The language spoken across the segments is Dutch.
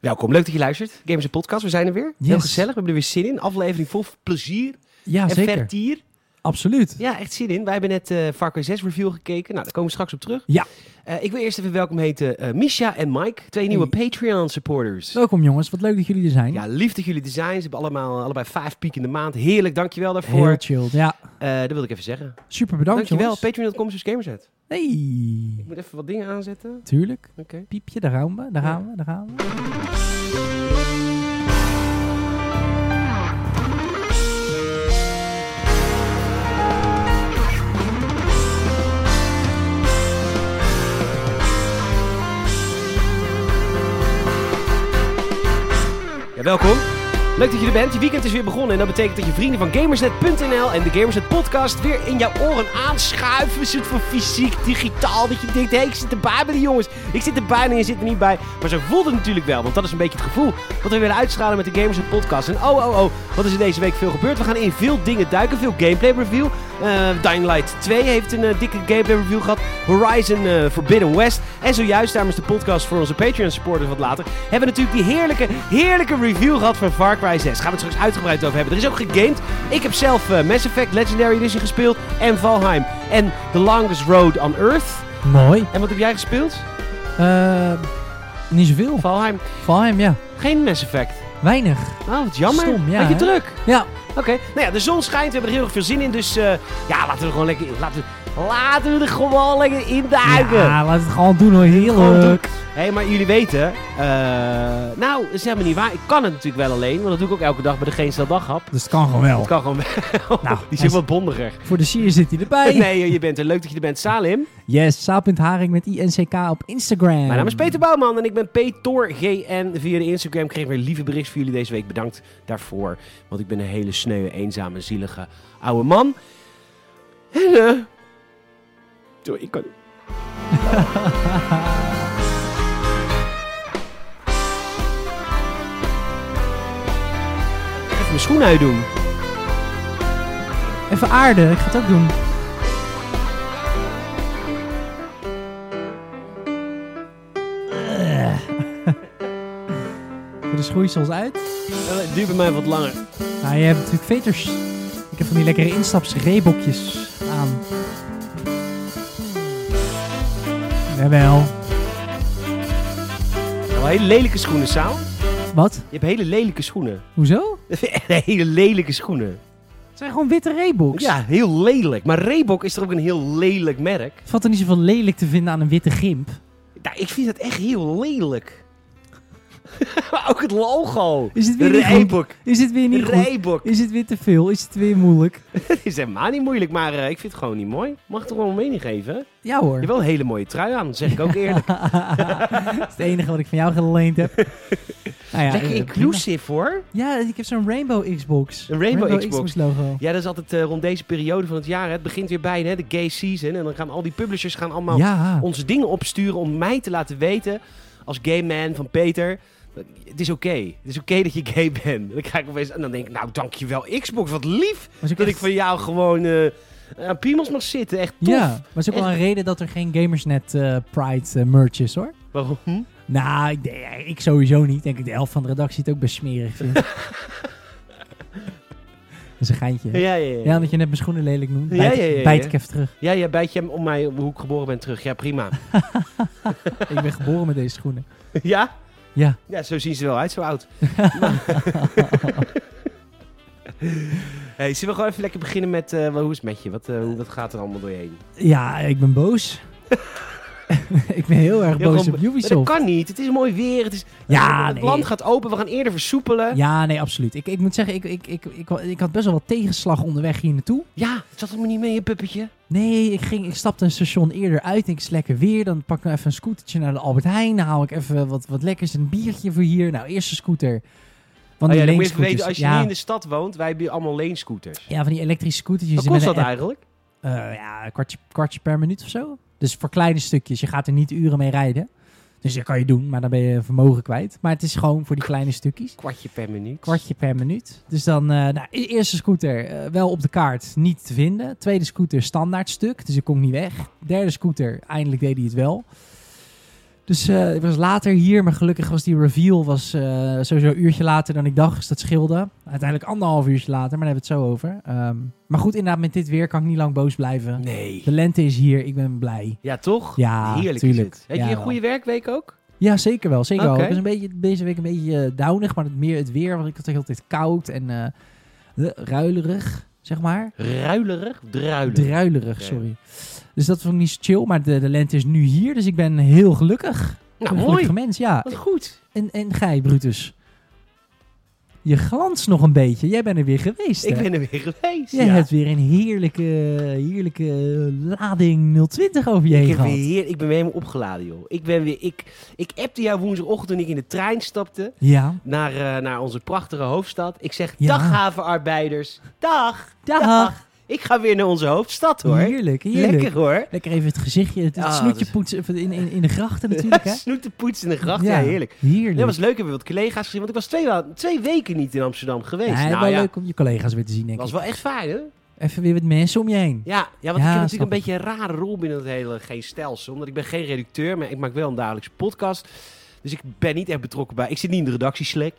Welkom, leuk dat je luistert. Gamers en Podcast, we zijn er weer. Heel Yes. gezellig, we hebben er weer zin in. Aflevering vol plezier Ja, en zeker. vertier. Absoluut. Ja, echt zin in. Wij hebben net eh Far Cry 6 review gekeken. Nou, daar komen we straks op terug. Ja. Eh, ik wil eerst even welkom heten eh Misha en Mike, twee nieuwe Patreon supporters. Welkom jongens, wat leuk dat jullie er zijn. Ja, lief dat jullie er zijn. Ze hebben allemaal, allebei vijf piek in de maand. Heerlijk, dankjewel daarvoor. Heel chill. Ja, Eh, dat wil ik even zeggen. super bedankt dankjewel, jongens. patreon.com slash gamerset. Ik Hey, moet even wat dingen aanzetten. tuurlijk. Oké. Piepje, daar gaan we, daar Ja. gaan we, daar gaan we. Ja, welkom. Leuk dat je er bent. Je weekend is weer begonnen en dat betekent dat je vrienden van Gamersnet.nl en de Gamersnet podcast weer in jouw oren aanschuiven. Een soort van fysiek, digitaal, dat je denkt, hé, ik zit erbij bij die jongens. Ik zit erbij en je zit er niet bij. Maar zo voelt het natuurlijk wel, want dat is een beetje het gevoel wat we willen uitstralen met de Gamersnet podcast. En oh, oh, oh, wat is er deze week veel gebeurd? We gaan in veel dingen duiken, veel gameplay review. Eh Dying Light 2 heeft een eh, dikke gameplay review gehad. Horizon eh, Forbidden West. En zojuist, daarom is de podcast voor onze Patreon supporters wat later. Hebben we natuurlijk die heerlijke, heerlijke review gehad van Far Cry 6. Gaan we het straks uitgebreid over hebben. Er is ook gegamed. Ik heb zelf eh, Mass Effect Legendary Edition gespeeld. En Valheim. En The Longest Road on Earth. Mooi. En wat heb jij gespeeld? Eh, niet zoveel. Valheim. Valheim, ja. Geen Mass Effect. Weinig. Oh, wat jammer. Stom, ja, Beetje hè? druk. Ja, Oké. Nou ja, de zon schijnt. We hebben er heel erg veel zin in. Dus eh, ja, laten we er gewoon lekker in. Laten we, laten we er gewoon lekker in duiken. ja laat het gewoon doen hoor. Gewoon doen. Heerlijk. Hé, maar jullie weten, eh, nou, dat is helemaal niet waar. Ik kan het natuurlijk wel alleen, want dat doe ik ook elke dag bij de Geen Stel Daghap. Dus het kan gewoon wel. Het kan gewoon wel. Nou, die hij zit is- wat bondiger. Voor de sier zit hij erbij. Nee, joh, je bent er. Leuk dat je er bent, Salim. Yes, saal.haring met INCK op Instagram. Mijn naam is Peter Bouwman en ik ben PetorGN. Via de Instagram kreeg ik weer lieve berichts voor jullie deze week. Bedankt daarvoor, want ik ben een hele sneuwe, eenzame, zielige oude man. En, eh, Sorry, ik kan niet. Even mijn schoen uitdoen. Even aarde, ik ga het ook doen. Eh. Voor de schoeisels uit. Eh, Het duurt bij mij wat langer. Nou, je hebt natuurlijk veters. Ik heb van die lekkere instapsreebokjes aan. Jawel. Wel hele lelijke schoenen, Saal. Wat? Je hebt hele lelijke schoenen. Hoezo? Echt hele lelijke schoenen. Het zijn gewoon witte reeboks. Ja, heel lelijk. Maar Reebok is toch ook een heel lelijk merk? Het valt er niet zoveel lelijk te vinden aan een witte gimp. Nou, ik vind dat echt heel lelijk. Maar ook het logo. Is het weer niet goed? Reebok. Is het weer niet goed? Reebok. Is het weer te veel? Is het weer moeilijk? Het is helemaal niet moeilijk, maar eh, ik vind het gewoon niet mooi. Mag ik toch wel een mening geven? Je Ja hoor. hebt wel een hele mooie trui aan, dat zeg ik ook eerlijk. dat is het enige wat ik van jou geleend heb. Nou ja, Lekker eh, inclusief hoor. Ja, ik heb zo'n Rainbow Xbox. Een Rainbow Xbox. logo. Ja, dat is altijd eh, rond deze periode van het jaar. hè. Het begint weer bij hè, de gay season. En dan gaan al die publishers gaan allemaal Ja. onze dingen opsturen om mij te laten weten als gay man van Peter. eh, Het is oké. Het is oké dat je gay bent. Dan krijg ik opeens, en dan denk ik, nou dankjewel Xbox, wat lief. Was ook Dat echt- ik van jou gewoon eh aan piemels mag zitten. Echt tof. Ja, maar het is ook wel Echt. een reden dat er geen Gamersnet eh, Pride eh, merch is hoor. Waarom? Hm? Nou, ik, denk- ja, ik sowieso niet. Denk ik de helft van de redactie het ook best smerig vindt. dat is een geintje. hè? Ja, ja, ja. Ja, omdat je net mijn schoenen lelijk noemt. Ja, Bijt, ja, ja, ja. bijt ik even terug. Ja, ja, bijt je hem om mij hoe ik geboren ben terug. Ja, prima. ik ben geboren met deze schoenen. ja? Ja. Ja, zo zien ze er wel uit, zo oud. hey, zullen we gewoon even lekker beginnen met, eh, wel, hoe is het met je? Wat, eh, hoe, wat gaat er allemaal door je heen? Ja, ik ben boos. ik ben heel erg Ja, boos gewoon- op Maar dat Ubisoft. kan niet. Het is mooi weer. Het, is, Ja, het nee. land gaat open. We gaan eerder versoepelen. Ja, Ja, nee, absoluut. Ik, ik moet zeggen, ik, ik, ik, ik, ik had best wel wat tegenslag onderweg hier naartoe. het zat er me niet mee, je puppetje. Nee, ik, ging, ik stapte een station eerder uit. Ik is lekker weer. Dan pak ik nou even een scootertje naar de Albert Heijn. Dan haal ik even wat, wat lekkers, een biertje voor hier. Nou, eerst een scooter. Van Oh die ja, dan moet je even leenscooters. weten, als je ja, niet in de stad woont, wij hebben hier allemaal leenscooters. ja, van die elektrische scootertjes. Wat die kost met dat een app- eigenlijk? Eh, ja, een kwartje, kwartje per minuut of zo. Dus voor kleine stukjes. Je gaat er niet uren mee rijden. Dus dat kan je doen, maar dan ben je vermogen kwijt. Maar het is gewoon voor die kleine stukjes. Kwartje per minuut. kwartje per minuut. Dus dan, eh nou, e- eerste scooter eh, wel op de kaart, niet te vinden. Tweede scooter standaard stuk, dus ik kon niet weg. Derde scooter, eindelijk deed hij het wel. Dus eh, ik was later hier, maar gelukkig was die reveal was, eh, sowieso een uurtje later dan ik dacht. Dus dat scheelde. Uiteindelijk anderhalf uurtje later, maar daar hebben we het zo over. Ehm, maar goed, inderdaad, met dit weer kan ik niet lang boos blijven. Nee. De lente is hier, ik ben blij. Ja, toch? Ja, Heerlijk tuurlijk. is het. Heb je Ja, een goede werkweek ook? Ja, zeker wel. Zeker wel. Oké. Ik was een beetje, deze week een beetje eh, downig, maar het- meer het weer. Want ik had de hele tijd koud en eh, eh, ruilerig, zeg maar. Ruilerig? Druilerig. Druilerig, Oké. sorry. Dus dat vond ik niet zo chill. Maar de, de lente is nu hier, dus ik ben heel gelukkig. Ik ben nou, een mooi. gelukkig mens, ja. Wat goed. En, en gij, Brutus. Je glanst nog een beetje. Jij bent er weer geweest, Ik hè? ben er weer geweest. Jij ja. hebt weer een heerlijke, heerlijke lading 020 over je Ik, heen heb weer gehad. heer- ik ben weer helemaal opgeladen, joh. Ik, ben weer, ik, ik appte jou woensdagochtend toen ik in de trein stapte Ja. naar, eh, naar onze prachtige hoofdstad. Ik zeg, Ja. dag havenarbeiders. Dag. Dag. Ik ga weer naar onze hoofdstad, hoor. Heerlijk, heerlijk. Lekker, hoor. Lekker even het gezichtje, het, het Ah, snoetje dat- poetsen even in, in, in de grachten natuurlijk, hè? Snoet de poets in de gracht. Ja, heerlijk. Heerlijk. Dat was leuk, hebben we wat collega's gezien. Want ik was twee, wa- twee weken niet in Amsterdam geweest. Ja, nou wel ja, leuk om je collega's weer te zien, denk was ik. wel echt fijn, hè? Even weer wat mensen om je heen. Ja, ja want Ja, ik heb snap natuurlijk een beetje een rare rol binnen het hele geen stelsel. Omdat ik ben geen redacteur, maar ik maak wel een dagelijkse podcast. Dus ik ben niet echt betrokken bij... Ik zit niet in de redactieslek.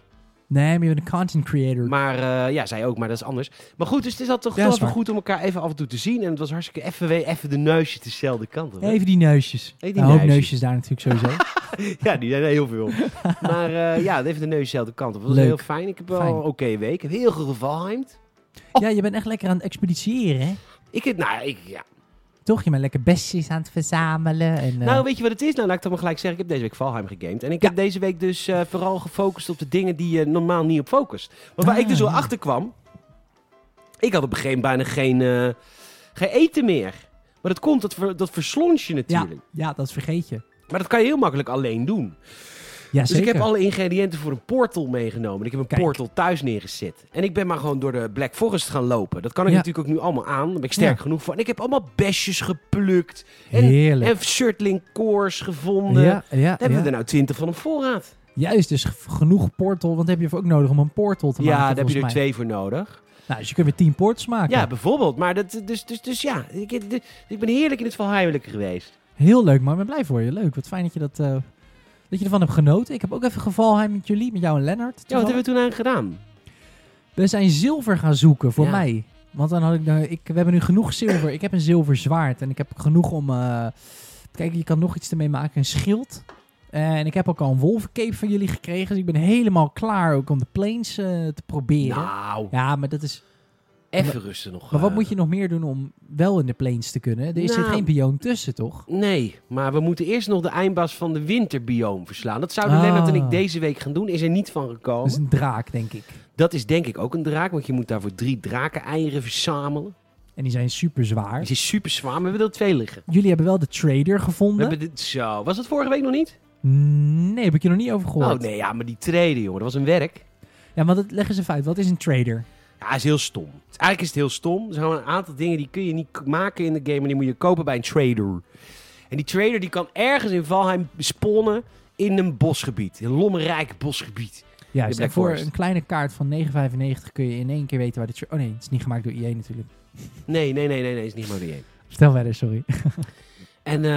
Nee, maar je bent een content creator. Maar eh, ja, zij ook, maar dat is anders. Maar goed, dus het is altijd toch Ja, wel is even waar. goed om elkaar even af en toe te zien. En het was hartstikke even, weer- even de neusjes dezelfde kant op. hè? Even die neusjes. Even die een hoop neusjes. neusjes daar natuurlijk sowieso. Ja, die zijn er heel veel. maar eh, ja, even de neus dezelfde kant op. Dat was Leuk. heel fijn. Ik heb wel Fijn. een oké week. Ik heb heel veel gevimed. Ja, je bent echt lekker aan het expeditiëren, hè? Ik heb, nou, ik, ja. Toch? Je bent lekker bestjes aan het verzamelen. En, eh, Nou, weet je wat het is? Nou, laat ik dan maar gelijk zeggen. Ik heb deze week Valheim gegamed. En ik heb deze week dus eh, vooral gefocust op de dingen die je normaal niet op focust. Maar waar Ah, ik dus wel ja. achter kwam. Ik had op een gegeven moment bijna geen, eh, geen eten meer. Maar dat komt, dat, ver, dat verslons je ja, natuurlijk. ja, dat vergeet je. Maar dat kan je heel makkelijk alleen doen. Ja, Dus ik heb alle ingrediënten voor een portal meegenomen. Ik heb een Kijk. portal thuis neergezet. En ik ben maar gewoon door de Black Forest gaan lopen. Dat kan ik Ja. natuurlijk ook nu allemaal aan. Daar ben ik sterk Ja. genoeg voor. En ik heb allemaal besjes geplukt. En, Heerlijk. en shirtling cores gevonden. ja, ja, Dan hebben we ja. er nou twintig van op voorraad. Juist, dus g- genoeg portal. Want heb je ook nodig om een portal te maken, ja, daar heb je er volgens mij. twee voor nodig. Nou, dus je kunt weer tien portals maken. Ja, bijvoorbeeld. Maar dat, dus, dus, dus ja, ik, ik- ik ben heerlijk in het verheimelijke geweest. Heel leuk, man. Ik ben blij voor je. Leuk. Wat fijn dat je, dat, eh, dat je ervan hebt genoten. Ik heb ook even gevalheim met jullie, met jou en Lennart. Ja, wat toevallig. hebben we toen aan gedaan? We zijn zilver gaan zoeken voor Ja. mij. Want dan had ik, nou, ik. We hebben nu genoeg zilver. Ik heb een zilver zwaard. En ik heb genoeg om. eh, kijk, je kan nog iets ermee maken. Een schild. En ik heb ook al een wolvencape van jullie gekregen. Dus ik ben helemaal klaar ook om de planes eh, te proberen. Nou, Ja, maar dat is. even rusten nog. Maar wat eh. moet je nog meer doen om wel in de planes te kunnen? Er zit Nou. geen pion tussen, toch? Nee, maar we moeten eerst nog de eindbaas van de winterbioom verslaan. Dat zouden Ah. Lennart en ik deze week gaan doen. Is er niet van Dat is gekomen. een draak, denk ik. Dat is denk ik ook een draak, want je moet daarvoor drie drakeneieren verzamelen. En die zijn super zwaar. Het is super zwaar, maar we hebben er twee liggen. Jullie hebben wel de trader We gevonden. hebben dit zo. Was dat vorige week nog niet? Nee, heb ik je nog niet over gehoord. Oh nee, ja, maar die treden, jongen, dat was een werk. Ja, maar dat leggen ze even uit. Wat is een trader? Ja, is heel stom. Eigenlijk is het heel stom. Er zijn gewoon een aantal dingen die kun je niet k- maken in de game, maar die moet je kopen bij een trader. En die trader die kan ergens in Valheim spawnen in een bosgebied, een lommerrijk bosgebied. Ja, De dus Black voor Forest. een kleine kaart van 9,95 kun je in één keer weten waar de... tra- Oh nee, het is niet gemaakt door IE natuurlijk. Nee, nee, nee, nee, nee, is niet maar die Stel verder, sorry. En, eh,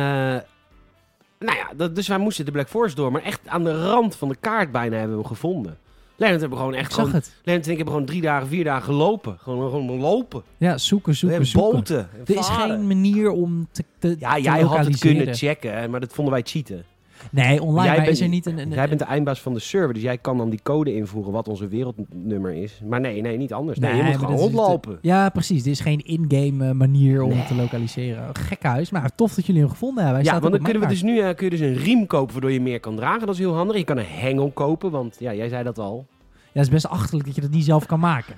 nou ja, dat, dus wij moesten de Black Forest door, maar echt aan de rand van de kaart bijna hebben we hem gevonden. Lennart hebben gewoon Ik echt zag gewoon, het. Lennart en ik hebben gewoon drie dagen, vier dagen gelopen. Gewoon, gewoon lopen. Ja, zoeken, en zoeken, zoeken. boten. en Er is varen. geen manier om te, te Ja, te jij had het lokaliseren. kunnen checken, hè, maar dat vonden wij cheaten. Nee, online Jij maar bent- is er niet een... een- Jij bent de eindbaas van de server, dus jij kan dan die code invoeren wat onze wereldnummer is. Maar nee, nee, niet anders. Nee, je moet maar gewoon dit is- eh, rondlopen. Ja, precies. Er is geen in-game eh, manier om Nee. het te lokaliseren. Gekhuis, maar tof dat jullie hem gevonden hebben. Hij Ja, staat ook want dan op kunnen we mijn dus nu eh, kun je dus een riem kopen waardoor je meer kan dragen. Dat is heel handig. Je kan een hengel kopen, want ja, jij zei dat al. kaart. Ja, het is best achterlijk dat je dat niet zelf kan maken.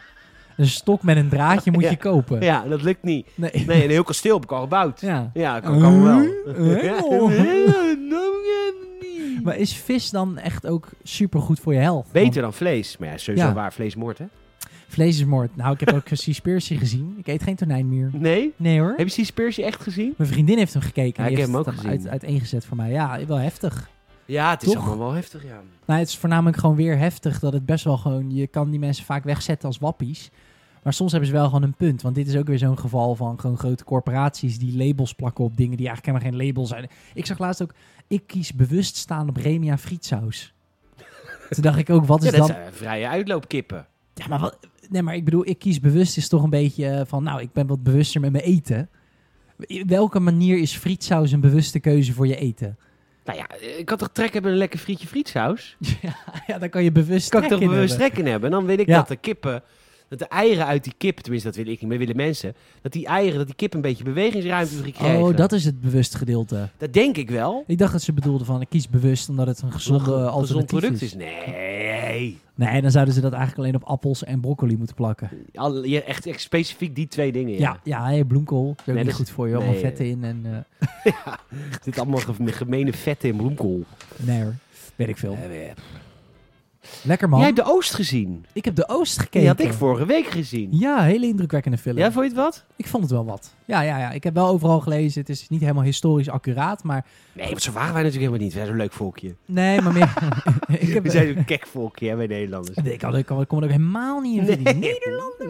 Een stok met een draadje moet Ja. je kopen. Ja, dat lukt niet. Nee. Nee, een heel kasteel heb ik al gebouwd. Ja. Ja, ik kan, kan wel. Eh? Ja, Oh. nee, noem je niet. Maar is vis dan echt ook supergoed voor je health? Beter dan vlees. Maar ja, sowieso Ja. waar vlees moord, hè? Want vlees is moord. Nou, ik heb ook Seaspiracy gezien. Ik eet geen tonijn meer. Nee? Nee hoor. Heb je Seaspearsje echt gezien? Mijn vriendin heeft hem gekeken. Ja, ik heb Die heeft hem ook het gezien. Uit, uiteengezet voor mij. Ja, wel heftig. Ja, het is is Toch? allemaal wel heftig, ja. Nou, het is voornamelijk gewoon weer heftig dat het best wel gewoon... Je kan die mensen vaak wegzetten als wappies. Maar soms hebben ze wel gewoon een punt. Want dit is ook weer zo'n geval van gewoon grote corporaties die labels plakken op dingen die eigenlijk helemaal geen label zijn. Ik zag laatst ook, ik kies bewust staan op Remia frietsaus. Toen dacht ik ook, wat is Ja, dat dan... zijn vrije uitloopkippen. Ja, maar wat... Nee, maar ik bedoel, ik kies bewust is toch een beetje eh, van, nou, ik ben wat bewuster met mijn eten. In welke manier is frietsaus een bewuste keuze voor je eten? Nou ja, ik kan toch trek hebben in een lekker frietje frietsaus? Ja, dan kan je bewust Kan ik toch trek in bewust hebben. trek in hebben? En dan wil ik Ja. dat de kippen, dat de eieren uit die kip, tenminste dat wil ik niet, maar willen mensen, dat die eieren, dat die kip een beetje bewegingsruimte gekregen. Oh, dat is het bewust gedeelte. dat denk ik wel. Ik dacht dat ze bedoelde van, ik kies bewust omdat het een gezonde Gezond eh, alternatief product is. is. Nee. Nee, dan zouden ze dat eigenlijk alleen op appels en broccoli moeten plakken. Al, je, echt, echt specifiek die twee dingen. Ja, Ja. ja, hey, bloemkool. Is ook Nee, niet dat- goed voor je. Allemaal nee. vetten in en... eh, Er zitten allemaal ge- gemene vetten in bloemkool. nee hoor, weet ik veel. Eh, Jij Lekker man. hebt de Oost gezien. Ik heb de Oost gekeken. Die had ik vorige week gezien. Ja, hele indrukwekkende film. Ja, vond je het wat? Ik vond het wel wat. Ja, ja, ja. Ik heb wel overal gelezen. Het is niet helemaal historisch accuraat, maar... Nee, want zo waren wij natuurlijk helemaal niet. Wij zijn een leuk volkje. Nee, maar meer... ik, heb, We zijn een kek volkje, hè, wij Nederlanders. Nee, ik, kan, ik, kan, ik kon er ook helemaal niet in verdienen. Nederlander?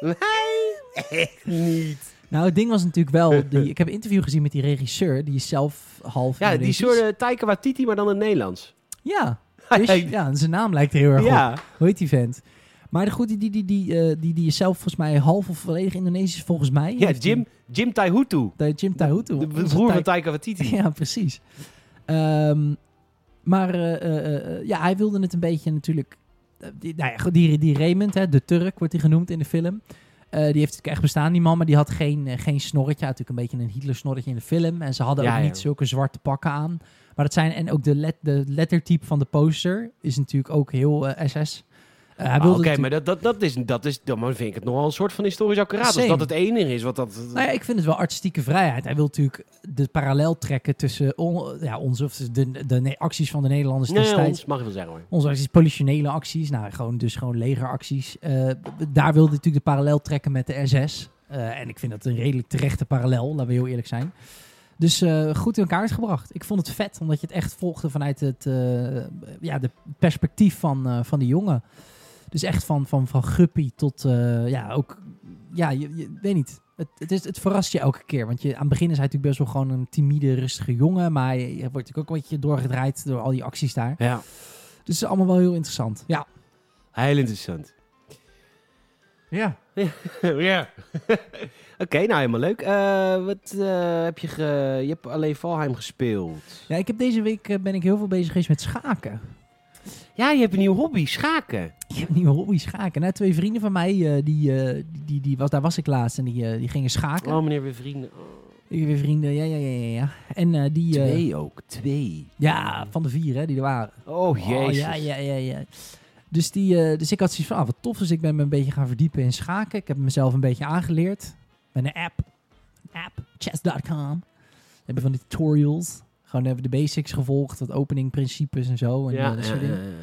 Nee, echt niet. Nou, het ding was natuurlijk wel... Die, ik heb een interview gezien met die regisseur. Die is zelf half... Ja, die Indonesisch. soort eh, Taika Waititi, maar dan in het Nederlands. Ja. Dus, ja, en zijn naam lijkt er heel erg op. ja. Hoe heet die vent? Maar de goed, die, die, die, die, eh, die, die is zelf volgens mij half of volledig Indonesisch, volgens mij. ja, Jim, Jim Taihutu. Die- die Jim Tahutu. De Onze broer van Thai- Taika Waititi. Ja, precies. Ehm, maar eh, eh, eh, ja, hij wilde het een beetje natuurlijk... eh, die, nou ja, goed, die, die Raymond, hè, de Turk wordt hij genoemd in de film. Eh, die heeft natuurlijk echt bestaan, die man. Maar die had geen, eh, geen snorretje. Hij had natuurlijk een beetje een Hitler-snorretje in de film. En ze hadden Ja, ook ja. niet zulke zwarte pakken aan. Maar dat zijn... En ook de, let, de lettertype van de poster is natuurlijk ook heel eh, SS. Eh, hij Ah, wilde Oké, natuurlijk- maar dat, dat, dat is, dat is, dan vind ik het nogal een soort van historisch accuraat. Same. Als dat het enige is wat dat... Nou ja, ik vind het wel artistieke vrijheid. Hij wil natuurlijk de parallel trekken tussen on- ja, onze, of de, de ne- acties van de Nederlanders nee, destijds. ons, mag ik wel zeggen hoor. Onze acties, politionele acties, nou, gewoon, dus gewoon legeracties. Eh, daar wilde hij natuurlijk de parallel trekken met de SS. Eh, en ik vind dat een redelijk terechte parallel, laten we heel eerlijk zijn. Dus eh, goed in kaart gebracht. Ik vond het vet, omdat je het echt volgde vanuit het eh, ja, de perspectief van, eh, van de jongen. Dus echt van, van, van guppy tot, eh, ja, ook, ja, je, je- weet niet. Het, het, is, het verrast je elke keer. Want je, aan het begin is hij natuurlijk best wel gewoon een timide, rustige jongen. Maar hij wordt natuurlijk ook een beetje doorgedraaid door al die acties daar. Ja, Dus het is allemaal wel heel interessant. Ja. heel interessant. Ja. ja. Oké, nou helemaal leuk. Eh, wat eh, heb je... Ge... Je hebt alleen Valheim gespeeld. ja ik heb deze week eh, ben ik heel veel bezig geweest met schaken. Ja, je hebt een nieuw hobby, schaken. Ik heb een nieuwe hobby, schaken. Nou, twee vrienden van mij, eh, die, eh, die, die, die was, daar was ik laatst en die, eh, die gingen schaken. Oh, meneer, weer vrienden. Oh, Ik weer vrienden, ja, ja, ja, ja, ja. En eh, die... eh, Twee ook, twee. ja, van de vier hè, die er waren. Oh, jezus. ja, ja, ja, ja. Dus, die, eh, dus ik had zoiets van, ah, wat tof. Dus ik ben me een beetje gaan verdiepen in schaken. Ik heb mezelf een beetje aangeleerd. Met een app. Een app. Chess.com. Hebben van die tutorials. Gewoon hebben we de basics gevolgd. Wat openingprincipes en zo. En, Ja, eh, dat soort ja, dingen. ja, ja.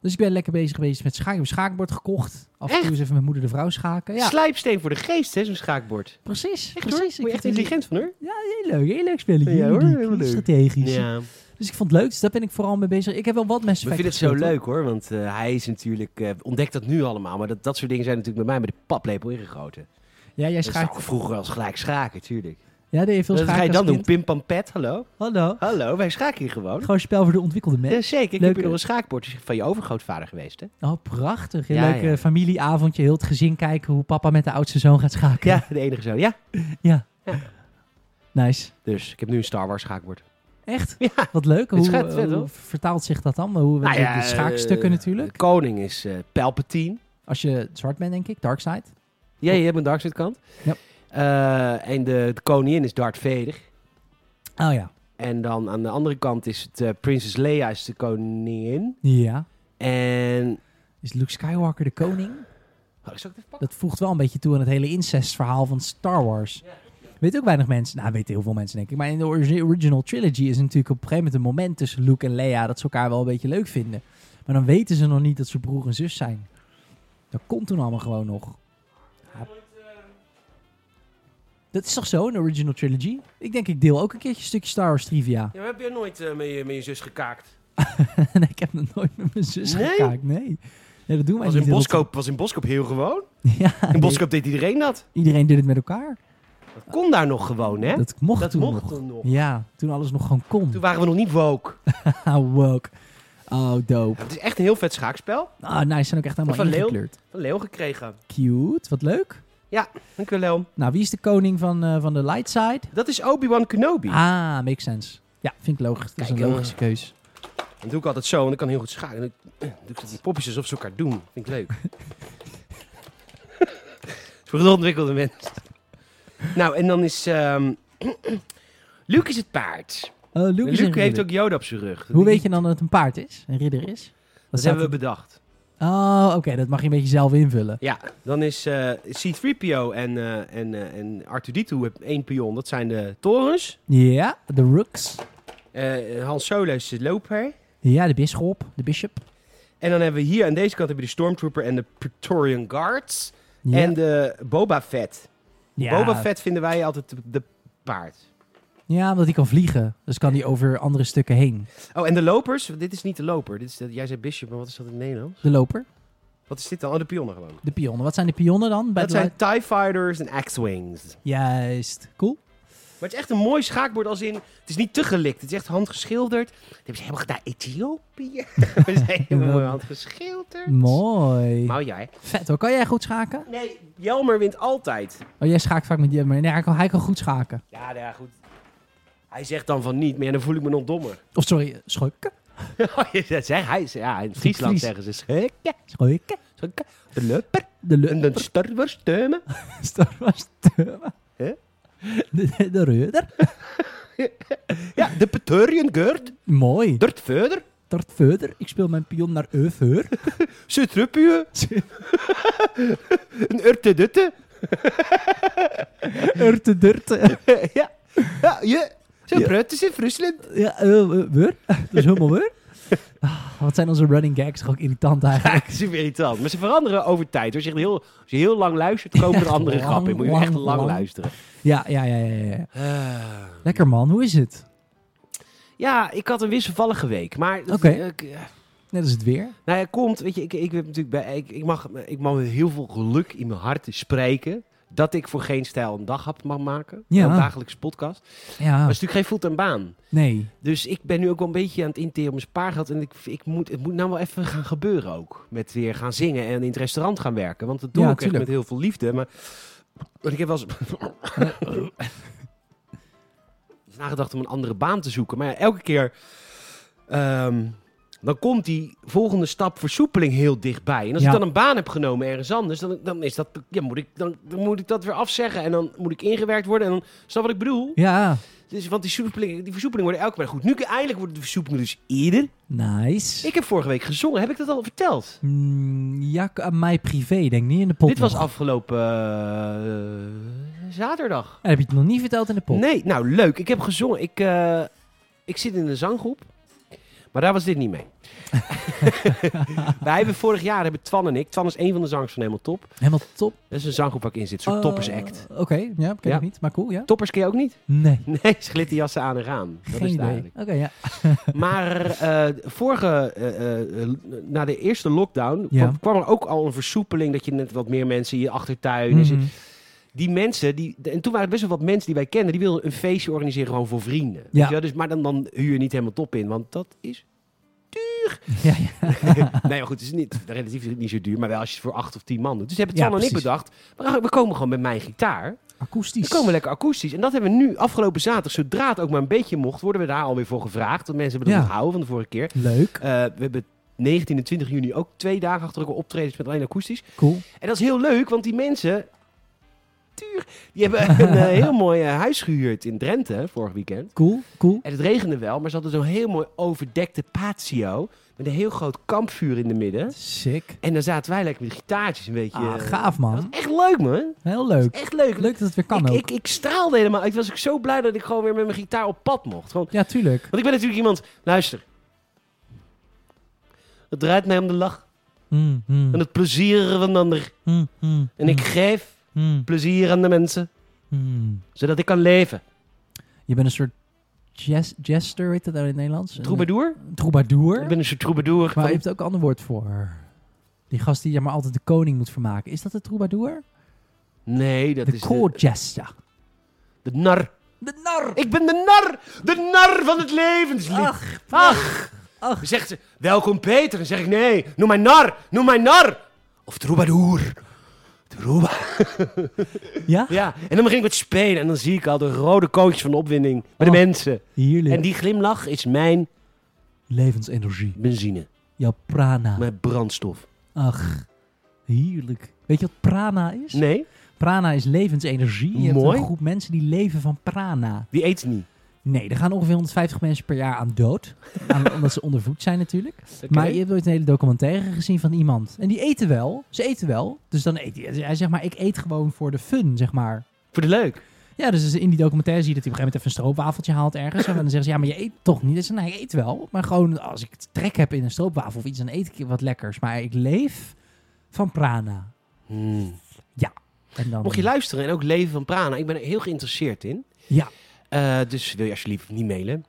Dus ik ben lekker bezig geweest met schaken. Ik heb een schaakbord gekocht. Af en toe Echt? eens even met moeder de vrouw schaken. Ja, Slijpsteen voor de geest, hè, zo'n schaakbord. precies. Echt hoor, precies. Moet je echt vind het intelligent van hoor. Heel leuk. Heel leuk spelletje. Ja, Ja, hoor, hoor, helemaal leuk. strategisch. Ja. Dus ik vond het leuk. Dus daar ben ik vooral mee bezig. Ik heb wel wat mensen We vinden het zo leuk hoor, want eh, hij is natuurlijk, eh, ontdekt dat nu allemaal, maar dat, dat soort dingen zijn natuurlijk bij mij met de paplepel ingegoten. Ja, jij Dat is schaakt. ook vroeger als gelijk schaken, tuurlijk. Ja, deed je veel Wat schaken ga je als dan doen? kind? Pim pam pet, hallo? Hallo. Hallo, wij schaken hier gewoon. Gewoon eh, spel voor de ontwikkelde mens. Ja, zeker, ik Leuk, heb hier hè? nog een schaakbord van je overgrootvader geweest hè? Oh, prachtig. Heel Ja, leuk ja. eh, familieavondje. Heel het gezin kijken hoe papa met de oudste zoon gaat schaken. Ja, de enige zo. Ja, Nice. dus ik heb nu een Star Wars schaakbord. Echt? Ja. Wat leuk. Het Hoe, eh, schijnt vet, hoe hoor. vertaalt zich dat dan? Hoe, Nou de, ja, de schaakstukken eh, natuurlijk. De koning is eh Palpatine. Als je zwart bent, denk ik. Darkseid. Ja, je hebt een dark side kant. Oh. Ja. Eh, en de, de koningin is Darth Vader. Oh ja. En dan aan de andere kant is het eh, Prinses Leia is de koningin. Ja. En... Is Luke Skywalker de koning? Oh, zal ik het even pakken? Dat voegt wel een beetje toe aan het hele incestverhaal van Star Wars. Weet ook weinig mensen. Nou, weten heel veel mensen, denk ik. Maar in de origi- original trilogy is natuurlijk op een gegeven moment een moment tussen Luke en Leia dat ze elkaar wel een beetje leuk vinden. Maar dan weten ze nog niet dat ze broer en zus zijn. Dat komt toen allemaal gewoon nog. Ja. eh, Dat is toch zo, een original trilogy? Ik denk, ik deel ook een keertje een stukje Star Wars trivia. Ja, maar heb jij nooit eh, met, je, met je zus gekaakt? en ik heb nog nooit met mijn zus Nee? gekaakt, nee. Nee, dat doen wij Was niet. in, Boskoop, was in Boskoop heel gewoon. dat- Ja, In nee, Boskoop deed iedereen dat. iedereen deed het met elkaar. Dat kon daar nog gewoon, hè? Dat mocht Dat toen mocht nog. toen nog. Ja, toen alles nog gewoon kon. Toen waren we nog niet woke. Ah, woke. Oh, dope. Het is echt een heel vet schaakspel. Ah, nice. Zijn ook echt Van helemaal Leeuw. ingekleurd. Van Leo gekregen. Cute. Wat leuk. Dank u, Leo. Nou, wie is de koning van, eh, van de light side? Dat is Obi-Wan Kenobi. Ah, makes sense. Ja, vind ik logisch. Dat is Kijk, eh, een logische keus. Dat doe ik altijd zo, en ik kan heel goed schaken. Dan doe ik dat die popjes alsof ze elkaar doen. Vind ik leuk. Dat is voor een ontwikkelde mens. Nou, en dan is... ehm Luke is het paard. Eh Luke, Luke, is een heeft ridder. ook Yoda op zijn rug. Hoe weet je dan dat het een paard is? Een ridder is? Dat staat hebben we er- bedacht. Oh, oké. dat mag je een beetje zelf invullen. Ja, dan is eh, C-3PO en, eh en, eh en R2-D2 hebben één pion. Dat zijn de torens. Ja, de rooks. Eh Han Solo is de loper. Ja, de bisschop. De bishop. En dan hebben we hier aan deze kant heb je de Stormtrooper en de Praetorian Guards. Ja. En de Boba Fett. ja. Boba Fett vinden wij altijd de, de paard. Ja, omdat hij kan vliegen. Dus kan hij over andere stukken heen. Oh, en de lopers. Dit is niet de loper. Dit is de- jij zei Bishop, maar wat is dat in het Nederlands? De loper. Wat is dit dan? Oh, de pionnen gewoon. De pionnen. Wat zijn de pionnen dan? Bij dat de zijn TIE Fighters en X-Wings. li- Juist. Cool. Maar het is echt een mooi schaakbord als in... Het is niet te gelikt. Het is echt handgeschilderd. Dat hebben ze helemaal gedaan. Ethiopië. We zijn helemaal mooi handgeschilderd. Mooi. Maar ja, hè. Vet hoor. Kan jij goed schaken? Nee, Jelmer wint altijd. Oh, jij schaakt vaak met die. maar Nee, hij kan, hij kan goed schaken. Ja, nou ja, goed. Hij zegt dan van niet, maar ja, dan voel ik me nog dommer. Of sorry, schokken. dat zeg, hij, ja, in Friesland Fries. zeggen ze schukken, Schokken. schukken, de lupper De en leuker. de sterver steumen. Dat was de... Hè? De, de reuder. Ja, de Peterian Geurt, Mooi. dert verder, Tart verder. Ik speel mijn pion naar Euver. ze truppuje, een urte dutte. Urte durte. ja, ja, je, zo Ja. pruiten ze in Friesland. Ja, eh, eh, weer. Dat is helemaal weer. Ah, Wat zijn onze running gags? Toch ook irritant Ja, eigenlijk. dat is weer irritant. Maar ze veranderen over tijd. Als je, echt heel, als je heel lang luistert, komen er Echt andere lang, grappen in. Moet je lang, echt lang, lang. luisteren. Eh, Ja, ja, ja, ja, ja. Lekker man, hoe is het? ja, ik had een wisselvallige week. Maar dat- Oké. ik- eh, Net als het weer. Nou ja, komt, weet je, ik, ik, heb natuurlijk bij, ik, ik, mag, ik mag met heel veel geluk in mijn hart spreken dat ik voor geen stijl een dag heb mag maken. Ja. Een dagelijkse podcast. Maar Ja, het is natuurlijk geen fulltime baan. nee. Dus ik ben nu ook wel een beetje aan het interen op mijn spaargeld. En ik, ik moet, het moet nou wel even gaan gebeuren ook. Met weer gaan zingen en in het restaurant gaan werken. Want dat doe Ja, ik echt tuurlijk. met heel veel liefde. Maar want ik heb wel eens... Ik heb nagedacht om een andere baan te zoeken. Maar ja, elke keer... ehm, dan komt die volgende stap versoepeling heel dichtbij. En als Ja. ik dan een baan heb genomen ergens anders... dan, dan, is dat, ja, moet, ik, dan, dan moet ik dat weer afzeggen. En dan moet ik ingewerkt worden. En dan, snap wat ik bedoel? Ja, Dus, want die, versoepeling- die versoepelingen worden elke keer goed. Nu eindelijk wordt de versoepeling dus eerder. nice. Ik heb vorige week gezongen. Heb ik dat al verteld? Mm, ja, k- aan mij privé, denk niet in de pot. Dit was nog. afgelopen eh, zaterdag. Ah, Heb je het nog niet verteld in de pot? Nee, nou leuk. Ik heb gezongen. Ik, eh, ik zit in een zanggroep. Maar daar was dit niet mee. Wij hebben vorig jaar, hebben Twan en ik. Twan is een van de zangers van Helemaal Top. Helemaal top. Dat is een zanggroep waar ik in zit. Een soort Eh, toppersact. Oké, ja, ken Ja. ik niet, maar cool, ja. Toppers ken je ook niet? Nee, Nee, ze glitterjassen aan en raam. Dat geen is het idee. eigenlijk. Oké, ja. Maar eh, vorige, eh, eh, eh, na de eerste lockdown Ja. kwam, kwam er ook al een versoepeling dat je net wat meer mensen in je achtertuin. dus Mhm. Die mensen, die, de- en toen waren er best wel wat mensen die wij kenden, die wilden een feestje organiseren gewoon voor vrienden. Weet je wel? dus, maar dan, dan huur je niet helemaal top in, want dat is. Ja, ja. nee, maar goed, het is niet, relatief is het niet zo duur, maar wel als je het voor acht of tien man doet. Dus hebben Ja, Twan en ik precies. bedacht, we, gaan- we komen gewoon met mijn gitaar. Akoestisch. We komen lekker akoestisch. En dat hebben we nu afgelopen zaterdag, zodra het ook maar een beetje mocht, worden we daar alweer voor gevraagd. Want mensen hebben dat Ja. onthouden van de vorige keer. Leuk, Eh, we hebben 19 en 20 juni ook twee dagen achter elkaar optredens met alleen akoestisch. cool. En dat is heel leuk, want die mensen... Tuur, die hebben een eh, heel mooi eh, huis gehuurd in Drenthe vorig weekend. Cool, cool. En het regende wel, maar ze hadden zo'n heel mooi overdekte patio. Met een heel groot kampvuur in de midden. Sick. En daar zaten wij lekker met gitaartjes een beetje... Ah, eh, gaaf Dat man. was echt leuk, man. Heel leuk. Echt leuk. Leuk dat het weer kan ik, ook. ik, ik straalde helemaal. Ik was ook zo blij dat ik gewoon weer met mijn gitaar op pad mocht. Gewoon, Ja, tuurlijk. want ik ben natuurlijk iemand... Luister. Het draait mij om de lach. Mm, mm, en het plezier van een ander. mm, mm, En ik mm, geef mm, plezier aan de mensen, mm. zodat ik kan leven. Je bent een soort jes- jester, weet je dat nou in het Nederlands? Een- Troubadour? Een troubadour. Ik ben een soort troubadour. Maar je van- hebt er ook een ander woord voor. Die gast die je maar altijd de koning moet vermaken. Is dat de troubadour? Nee, dat de is court jester. de, de nar. De nar! Ik ben de nar. De nar van het levenslied. Ach, Ach. Ach. Zegt ze, welkom Peter. Dan zeg ik, nee, noem mij nar. Noem mij nar. Of troubadour. Trouba. ja? Ja, en dan begin ik met spelen. En dan zie ik al de rode koontjes van de opwinding. Bij de Oh. mensen. Hier ligt En die glimlach is mijn levensenergie. benzine. Jouw prana. Mijn brandstof. Ach, heerlijk. Weet je wat prana is? Nee, Prana is levensenergie. Je hebt Mooi. een groep mensen die leven van prana. die eet niet. Nee, er gaan ongeveer 150 mensen per jaar aan dood. Aan- omdat ze ondervoed zijn natuurlijk. Oké. Maar je hebt ooit een hele documentaire gezien van iemand. En die eten wel. Ze eten wel. Dus dan eet hij. Hij zegt maar, ik eet gewoon voor de fun, zeg maar. Voor de leuk. Ja, dus in die documentaire zie je dat hij op een gegeven moment even een stroopwafeltje haalt ergens. En dan zeggen ze, ja, maar je eet toch niet. Dus nee, ik eet wel. Maar gewoon, als ik trek heb in een stroopwafel of iets, dan eet ik wat lekkers. Maar ik leef van prana. Hmm. En dan, Mocht je luisteren en ook leven van prana, ik ben er heel geïnteresseerd in. Ja. Eh, dus wil je alsjeblieft niet mailen.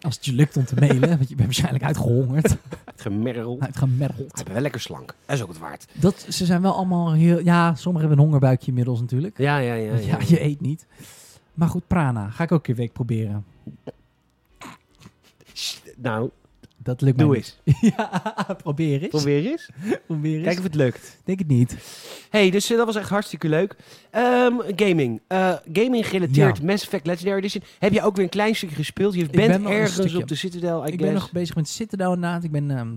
Als het je lukt om te mailen, want je bent waarschijnlijk uitgehongerd. Gemerrel. Ah, Uitgemergeld. Ik ben wel lekker slank. Dat is ook het waard. Dat, ze zijn wel allemaal heel... Ja, sommigen hebben een hongerbuikje inmiddels natuurlijk. Ja, ja, Eh, ja. Want ja, je eet niet. Maar goed, prana. Ga ik ook een week proberen. Sst, Nou, Dat lukt mij doe niet. eens. Ja, probeer eens. Probeer, Probeer eens. eens. Kijk of het lukt. Denk het niet. hey, dus eh, dat was echt hartstikke leuk. Ehm, gaming. Eh, gaming gerelateerd, Ja. Mass Effect Legendary Edition. Heb je ook weer een klein stukje gespeeld? Je bent ben nog een ergens stukje. op de Citadel, I ik ben guess. nog bezig met Citadel inderdaad. Ik ben... ehm,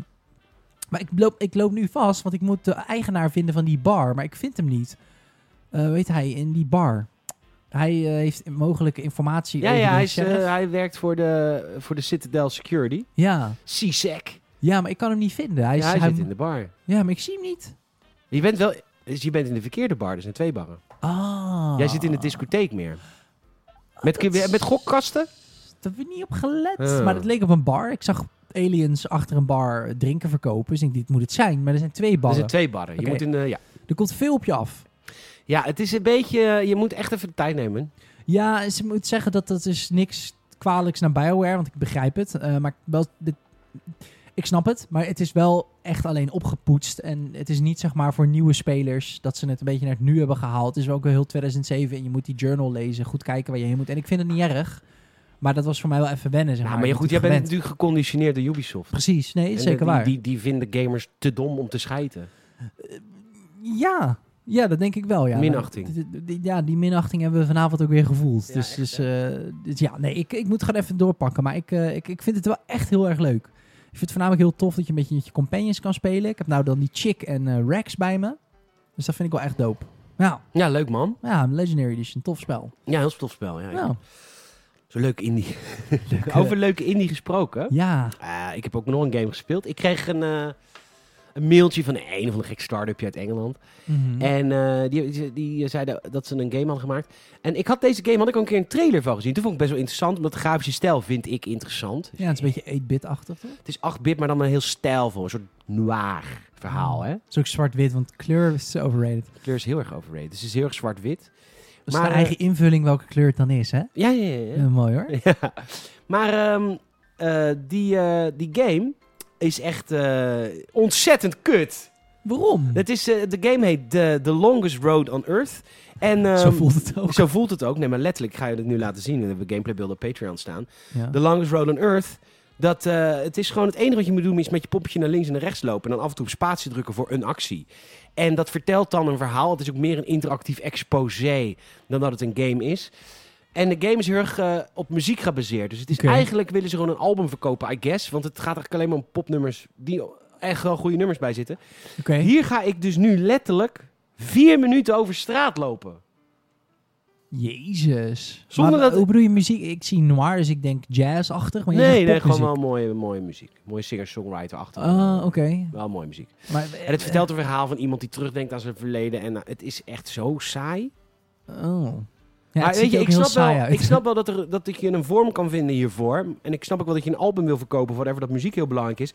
maar ik loop, ik loop nu vast, want ik moet de eigenaar vinden van die bar. Maar ik vind hem niet. Eh, weet hij, in die bar. Hij eh, heeft mogelijke informatie Ja, over ja die hij, is, eh, sheriff. hij werkt voor de, voor de Citadel Security. ja. CSEC. ja, maar ik kan hem niet vinden. Hij Hij, is, ja, hij hij- zit in de bar. ja, maar ik zie hem niet. Je bent wel... Dus je bent in de verkeerde bar, er zijn twee barren. Ah. Jij zit in de discotheek meer. Met, dat is- met gokkasten? Daar heb ik niet op gelet. Ja. Maar het leek op een bar. Ik zag aliens achter een bar drinken verkopen. Dus ik denk, dit moet het zijn. Maar er zijn twee Er barren. zijn twee barren. Je Oké. moet in de, ja. Er komt veel op je af. ja, het is een beetje... eh, Je moet echt even de tijd nemen. Ja, en ze moet zeggen dat dat is niks kwalijks naar BioWare. Want ik begrijp het. Eh, maar wel, dit- ik snap het. Maar het is wel echt alleen opgepoetst. En het is niet zeg maar voor nieuwe spelers dat ze het een beetje naar het nu hebben gehaald. Het is ook wel heel 2007. En je moet die journal lezen. Goed kijken waar je heen moet. En ik vind het niet erg. Maar dat was voor mij wel even wennen. Zeg Ja, maar Nou, maar je, Ik ben goed, jij bent gewend. natuurlijk geconditioneerd door Ubisoft. Precies, nee, is En eh, zeker die, waar. Die, die vinden gamers te dom om te schijten. Ja, ja, dat denk ik wel. Ja. Minachting. Nou, d- d- d- Ja, die minachting hebben we vanavond ook weer gevoeld. Ja, dus, echt, dus, eh, dus ja, nee, ik, ik moet gewoon even doorpakken. Maar ik, eh, ik, ik vind het wel echt heel erg leuk. Ik vind het voornamelijk heel tof dat je een beetje met je companions kan spelen. Ik heb nou dan die Chick en eh, Rex bij me. Dus dat vind ik wel echt dope. Nou, Ja, leuk man. ja, een Legendary Edition, tof spel. Ja, heel tof spel. Ja, Nou, Zo leuk indie. Over leuke indie gesproken. ja, Eh, ik heb ook nog een game gespeeld. Ik kreeg een, eh, een mailtje van een of een gek start-upje uit Engeland. mhm. En eh, die, die, die zeiden dat ze een game hadden gemaakt. En ik had deze game had ik al een keer een trailer van gezien. Toen vond ik het best wel interessant, omdat de grafische stijl vind ik interessant. ja, het is een beetje 8-bit-achtig, toch? Het is 8-bit, maar dan een heel stijlvol, een soort noir verhaal. Hè? Het is ook zwart-wit, want kleur is overrated. De kleur is heel erg overrated. Dus het is heel erg zwart-wit. Dus Maar, maar, eh, eigen invulling welke kleur het dan is, hè? Ja, ja, ja. ja. Ja, mooi hoor. Ja. Maar ehm, eh, die, eh, die game is echt eh, ontzettend kut. Waarom? Het is, eh, de game heet The, The Longest Road on Earth. En, Zo ehm, voelt het ook. zo voelt het ook. Nee, maar letterlijk ik ga je het nu laten zien. We hebben gameplaybeelden op Patreon staan. Ja. The Longest Road on Earth. Dat, eh, het is gewoon het enige wat je moet doen is met je poppetje naar links en naar rechts lopen. En dan af en toe op spatie drukken voor een actie. En dat vertelt dan een verhaal. Het is ook meer een interactief exposé dan dat het een game is. En de game is heel erg eh, op muziek gebaseerd. Dus het is Oké. eigenlijk willen ze gewoon een album verkopen, I guess. Want het gaat eigenlijk alleen maar om popnummers die echt wel goede nummers bij zitten. Oké. Hier ga ik dus nu letterlijk vier minuten over straat lopen. Oh, Jezus. Zonder Maar, dat- Hoe bedoel je muziek? Ik zie noir, dus ik denk jazzachtig. Maar je Nee, zegt nee, gewoon popmuziek. wel mooie, mooie muziek. Mooie singer-songwriter achter. Ah, oké. Wel mooie muziek. Maar... En het vertelt een verhaal van iemand die terugdenkt aan zijn verleden. En nou, het is echt zo saai. Oh. Ja, maar het weet ziet je, er ook ik heel snap, saai wel, uit. ik snap wel dat, er, dat ik je een vorm kan vinden hiervoor. En ik snap ook wel dat je een album wil verkopen, whatever, dat muziek heel belangrijk is.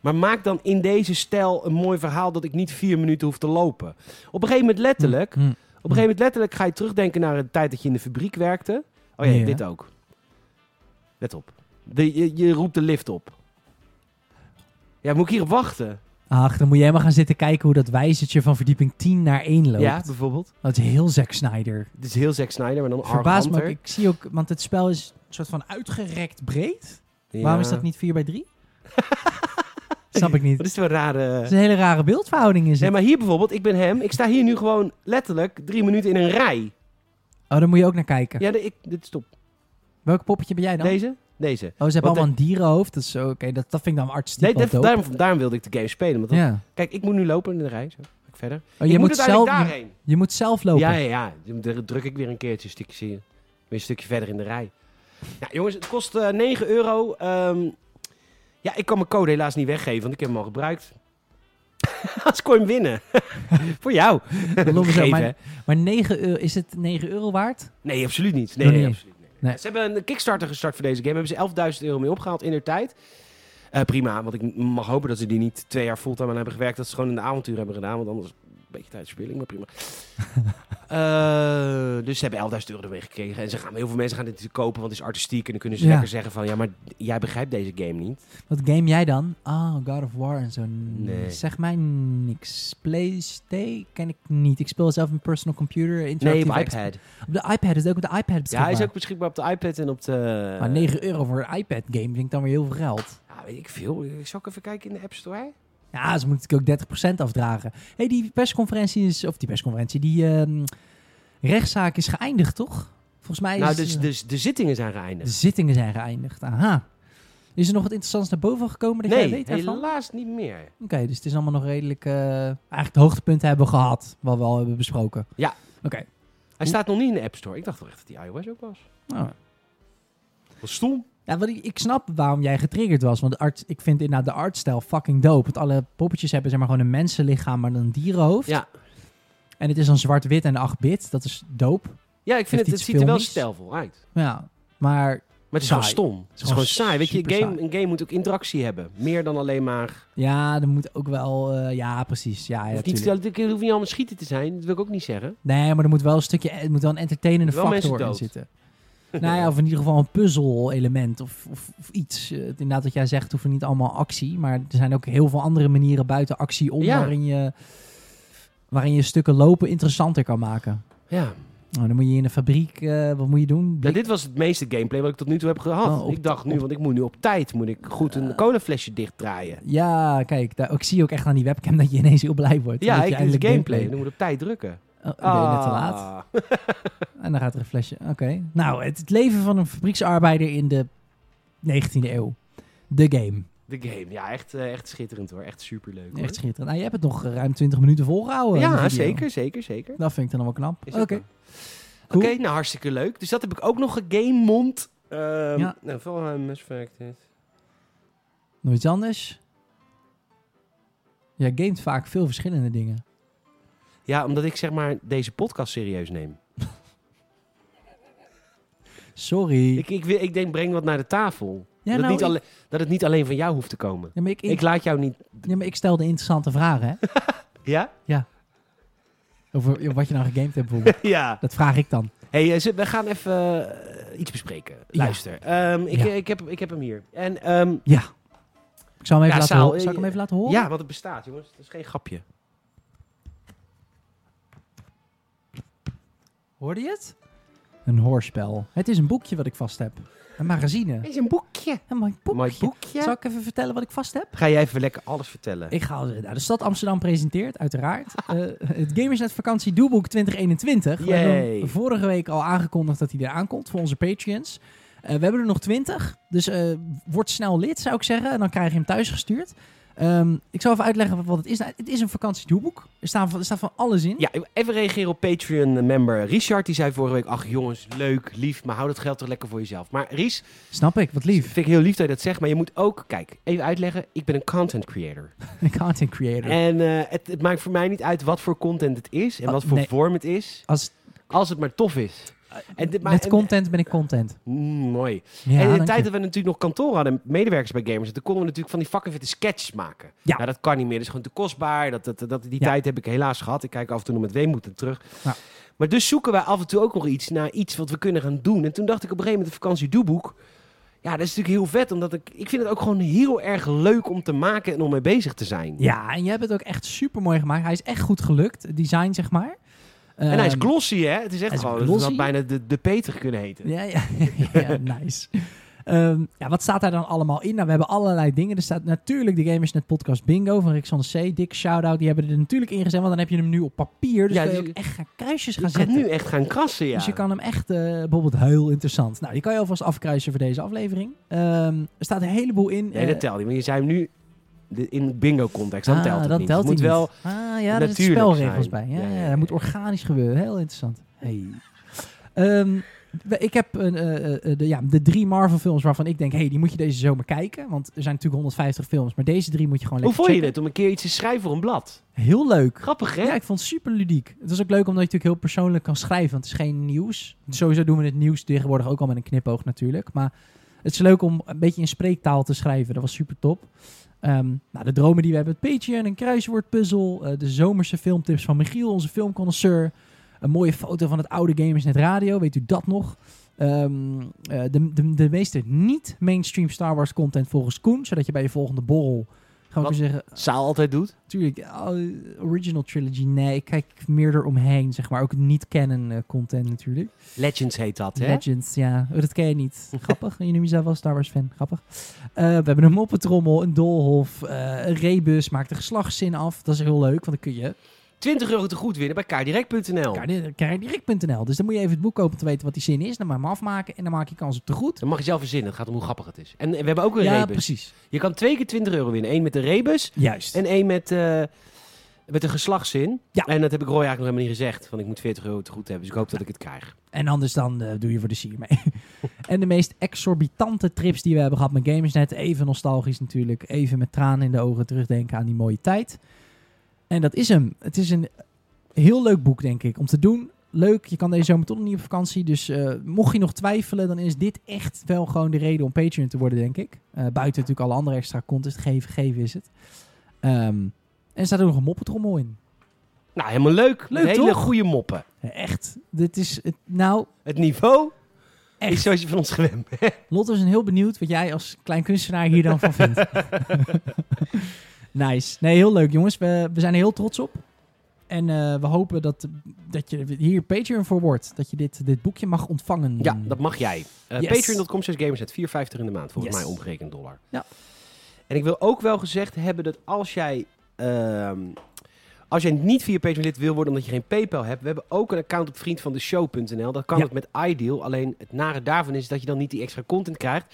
Maar maak dan in deze stijl een mooi verhaal dat ik niet vier minuten hoef te lopen. Op een gegeven moment letterlijk, Hm. op een gegeven moment letterlijk ga je terugdenken naar de tijd dat je in de fabriek werkte. Oh ja, Ja. dit ook. Let op. De, je, je roept de lift op. Ja, moet ik hierop wachten? Ah, Ach, dan moet jij maar gaan zitten kijken hoe dat wijzertje van verdieping 10 naar 1 loopt. Ja, bijvoorbeeld. Dat is heel Zack Snyder. Het is heel Zack Snyder, maar dan Verbaas me, ook. arroganter. ik zie ook, want het spel is een soort van uitgerekt breed. Ja. Waarom is dat niet 4 bij 3? Snap ik niet. Dat is Het wel een rare... is een hele rare beeldverhouding in Nee, zit. maar hier bijvoorbeeld, ik ben hem. Ik sta hier nu gewoon letterlijk drie minuten in een rij. Oh, daar moet je ook naar kijken. Ja, de- ik, dit stop. Welk poppetje ben jij dan? Deze? Deze. Oh, ze hebben Want allemaal een dierenhoofd. Dat, is zo- oké, dat, dat vind ik dan artistiek Nee, wel dat- dope. daarom, daarom wilde ik de game spelen. Want dat- Ja. Kijk, ik moet nu lopen in de rij. Zo, ga ik verder. Oh, ik je, moet, moet zelf, uiteindelijk je, daarheen. je moet zelf lopen. Ja, ja, ja. Dan druk ik weer een keertje een stukje, zie je. Weer een stukje verder in de rij. Ja, jongens, het kost eh 9 euro. Ehm, ja, ik kan mijn code helaas niet weggeven, want ik heb hem al gebruikt. Als kon je hem winnen. Voor jou. Lol, zo, Geven, hè? maar, maar 9 euro, is het 9 euro waard? Nee, absoluut niet. Nee, Nog nee, niet. absoluut niet. Nee. Ze hebben een Kickstarter gestart voor deze game. hebben ze 11.000 euro mee opgehaald in hun tijd. Eh, prima, want ik mag hopen dat ze die niet twee jaar fulltime aan hebben gewerkt. Dat ze gewoon in de avontuur hebben gedaan. Want anders een beetje tijdverspilling, maar prima. Eh, dus ze hebben 11.000 euro ermee gekregen. En ze gaan, heel veel mensen gaan dit natuurlijk kopen, want het is artistiek. En dan kunnen ze Ja. lekker zeggen van... Ja, maar jij begrijpt deze game niet. Wat game jij dan? Ah, God of War en zo. N- Nee. Zeg mij niks. PlayStation ken ik niet. Ik speel zelf een personal computer. Nee, interactieve op exp- iPad. Op de iPad is het ook op de iPad Ja, beschikbaar. hij is ook eh, beschikbaar op de iPad en op de... Maar 9 euro voor een iPad game vind ik dan weer heel veel geld. Ja, weet ik veel. Ik zal ik even kijken in de App Store. Ja, ze moeten natuurlijk ook 30% afdragen. hey, die persconferentie is... Of die persconferentie, die ehm, rechtszaak is geëindigd, toch? Volgens mij is eh, Nou, het- dus, dus de zittingen zijn geëindigd. de zittingen zijn geëindigd. Aha. Is er nog wat interessants naar boven gekomen dat jij Nee, weet daarvan? Oké, helaas niet meer. dus het is allemaal nog redelijk... eh, eigenlijk de hoogtepunten hebben we gehad, wat we al hebben besproken. Ja. Oké. Hij staat nog niet in de App Store. Ik dacht wel echt dat die iOS ook was. Nou, Wat stom. Ja, want ik, ik snap waarom jij getriggerd was. Want de art, ik vind inderdaad de artstijl fucking dope. Want alle poppetjes hebben zeg maar gewoon een mensenlichaam, maar dan een dierenhoofd. Ja. En het is dan zwart-wit en 8-bit. Dat is dope. Ja, ik vind Heeft het, het iets ziet er wel filmisch? stijlvol uit. Ja, maar Maar het is Saai. gewoon stom. Het is, gewoon saai. Weet je, een super game, saai. een game moet ook interactie hebben. Meer dan alleen maar... ja, er moet ook wel... eh, ja, precies. Ja, ja hoeft niet, tuurlijk. het hoeft niet allemaal schieten te zijn. Dat wil ik ook niet zeggen. Nee, maar er moet wel een stukje... Het moet wel een entertainende Er moeten wel factor in mensen zitten. nou ja, of in ieder geval een puzzel-element of, of, of iets. Eh, inderdaad, wat jij zegt, hoeven niet allemaal actie. Maar er zijn ook heel veel andere manieren buiten actie om... Ja. Waarin, je, waarin je stukken lopen interessanter kan maken. Ja. Nou, dan moet je in de fabriek, eh, wat moet je doen? Nou, Blik- dit was het meeste gameplay wat ik tot nu toe heb gehad. Oh, op- ik dacht nu, op- want ik moet nu op tijd moet ik goed een colaflesje dichtdraaien. Ja, kijk, daar, ik zie ook echt aan die webcam dat je ineens heel blij wordt. Ja, Omdat ik je dit is eindelijk gameplay. Dan moet ik op tijd drukken. Oh, dan ben je net te laat. Ah. En dan gaat er een flesje. Oké. Nou, het, het leven van een fabrieksarbeider in de 19e eeuw. De game. De game. Ja, echt, eh, echt schitterend hoor. Echt superleuk. hoor. Echt schitterend. Nou, je hebt het nog ruim 20 minuten volgehouden. de Ja, video. zeker, zeker, zeker. Dat vind ik dan wel knap. Is Oké. ook wel. Oké, Cool. nou hartstikke leuk. Dus dat heb ik ook nog gegamemond. Ehm Ja. Nou, Valheim Mass Effect. eh. Nog iets anders? Jij gamet vaak veel verschillende dingen. Ja, omdat ik zeg maar deze podcast serieus neem. Sorry. Ik, ik, wil- ik denk, breng wat naar de tafel. ja, dat, nou, niet ik- alle- dat het niet alleen van jou hoeft te komen. ja, maar ik, Ik laat jou niet... ja, maar ik stelde interessante vragen, hè? Ja? Over wat je nou gegamed hebt, bijvoorbeeld. ja. Dat vraag ik dan. hey, eh, ze- we gaan even eh, iets bespreken. Luister. Ehm, ik, Ja. ik, heb, ik heb hem hier. En ehm, Ik zal hem even, Ja, laten, Saal, horen. Zal ik hem eh, even laten horen? ja, want het bestaat, jongens. Het is geen grapje. Hoorde je het? Een hoorspel. Het is een boekje wat ik vast heb. Een magazine. Het is een boekje. Een mooi boekje. Mooi boekje. Zal ik even vertellen wat ik vast heb? Ga jij even lekker alles vertellen? Ik ga al- nou, de stad Amsterdam presenteert, uiteraard. eh, het Gamersnet Vakantie Doelboek 2021. We hebben Yay. hem vorige week al aangekondigd dat hij weer aankomt voor onze Patreons. Eh, we hebben er nog 20, dus eh, word snel lid zou ik zeggen. En dan krijg je hem thuis gestuurd. Ehm, ik zal even uitleggen wat- wat het is. Nou, het is een vakantiedoelboek. Er, staan, van- er staat van alles in. Ja, even reageren op Patreon-member Richard. Die zei vorige week, ach jongens, leuk, lief, maar hou dat geld toch lekker voor jezelf. Maar Ries, Snap ik, wat lief. vind ik heel lief dat je dat zegt, maar je moet ook, kijk, even uitleggen, ik ben een content creator. Een content creator. En eh, het, het maakt voor mij niet uit wat voor content het is en Oh, wat voor nee. vorm het is, Als, als het maar tof is. En dit- maar- met en- content ben ik content. Mm, mooi. Ja, en in de dank tijd je. dat we natuurlijk nog kantoor hadden, medewerkers bij Gamers, toen konden we natuurlijk van die fucking vette sketches maken. Ja. Nou, dat kan niet meer. Dat is gewoon te kostbaar. Dat, dat, dat, die Ja. tijd heb ik helaas gehad. Ik kijk af en toe nog met weemoed er terug. Ja. Maar dus zoeken wij af en toe ook nog iets naar iets wat we kunnen gaan doen. En toen dacht ik op een gegeven moment, de vakantie doeboek. Ja, dat is natuurlijk heel vet, omdat ik, ik vind het ook gewoon heel erg leuk om te maken en om mee bezig te zijn. Ja, en je hebt het ook echt super mooi gemaakt. Hij is echt goed gelukt, het design zeg maar. En hij is Ehm, glossy, hè? Het is echt hij is gewoon, het glossy. had bijna de, de Peter kunnen heten. Ja, ja, ja nice. Ehm, ja, wat staat daar dan allemaal in? Nou, we hebben allerlei dingen. Er staat natuurlijk de Gamers Net Podcast Bingo van Rick C. Dik shout-out. Die hebben er natuurlijk in gezet, want dan heb je hem nu op papier. Dus Ja, kun je dus- ook echt gaan kruisjes gaan Je gaat zetten. nu echt gaan krassen, ja. Dus je kan hem echt, eh, bijvoorbeeld heel interessant. Nou, die kan je alvast afkruisen voor deze aflevering. Ehm, er staat een heleboel in. Nee, dat eh, telt niet. Maar je zei hem nu de- in bingo-context. Dus Dan ah, telt het dat niet. Telt het moet hij wel... niet. Ah, ja, er zitten natuurlijk spelregels zijn. bij. Ja, Ja, ja, ja, ja. dat moet organisch gebeuren. Heel interessant. Hey. Ehm, we- ik heb een, eh, eh, de, ja, de drie Marvel-films waarvan ik denk: hey, die moet je deze zomer kijken. Want er zijn natuurlijk 150 films, maar deze drie moet je gewoon Hoe lekker. vond je checken. dit om een keer iets te schrijven voor een blad? Heel leuk. Grappig, hè? Ja, ik vond het super ludiek. Het was ook leuk omdat je natuurlijk heel persoonlijk kan schrijven, want het is geen nieuws. Hm. Sowieso doen we het nieuws tegenwoordig ook al met een knipoog natuurlijk. Maar het is leuk om een beetje in spreektaal te schrijven. Dat was super top. Ehm, nou, de dromen die we hebben, het Patreon, een kruiswoordpuzzel, eh, de zomerse filmtips van Michiel, onze filmconnoisseur. Een mooie foto van het oude Gamers Net Radio, weet u dat nog? Ehm, eh, de, de, de meeste niet-mainstream Star Wars content volgens Koen, zodat je bij je volgende borrel... Gaan we Wat- weer zeggen, Saal altijd doet. Tuurlijk, eh, original trilogy, nee, ik kijk meer eromheen, zeg maar. Ook niet kennen eh, content natuurlijk. Legends heet dat, hè? Legends, ja, Oh, dat ken je niet. Grappig, je noemt jezelf wel Star Wars fan, grappig. Eh, we hebben een moppetrommel, een doolhof, eh, een rebus, maakt de geslachtszin af. Dat is heel leuk, want dan kun je 20 euro te goed winnen bij kaardirect.nl. kaardi- kaardirect.nl. Dus dan moet je even het boek kopen om te weten wat die zin is. Dan maar hem afmaken en dan maak je kans op de goed. Dan mag je zelf verzinnen. Het gaat om hoe grappig het is. En we hebben ook een Ja, rebus. precies. Je kan twee keer 20 euro winnen. Eén met de rebus Juist. en één met, eh, met een geslachtszin. Ja. En dat heb ik Roy eigenlijk nog helemaal niet gezegd. Want ik moet 40 euro te goed hebben. Dus ik hoop dat ik het krijg. En anders dan eh, doe je voor de sier mee. en de meest exorbitante trips die we hebben gehad met Gamersnet. Even nostalgisch natuurlijk. Even met tranen in de ogen terugdenken aan die mooie tijd. En dat is hem. Het is een heel leuk boek, denk ik, om te doen. Leuk, je kan deze zomer toch nog niet op vakantie. Dus eh, mocht je nog twijfelen, dan is dit echt wel gewoon de reden om Patreon te worden, denk ik. Eh, buiten natuurlijk alle andere extra content. Geven, geven is het. Ehm, en er staat ook nog een moppetrommel in. Nou, helemaal leuk. Met Leuk, hele toch? goede moppen. Echt, dit is... het- nou, Het niveau echt. is zoals je van ons gewend bent. Lotte is een heel benieuwd wat jij als klein kunstenaar hier dan van vindt. nice. Nee, heel leuk jongens. We, we zijn er heel trots op. En eh, we hopen dat, dat je hier Patreon voor wordt. Dat je dit, dit boekje mag ontvangen. Ja, dat mag jij. Eh Mm. Yes. Patreon.com slash gamerset, 4,50 in de maand, volgens Yes. mij omgerekend dollar. Ja. En ik wil ook wel gezegd hebben dat als jij, ehm, als jij niet via Patreon lid wil worden omdat je geen PayPal hebt, we hebben ook een account op vriendvandeshow.nl. Dat kan Ja. ook met Ideal. Alleen het nare daarvan is dat je dan niet die extra content krijgt.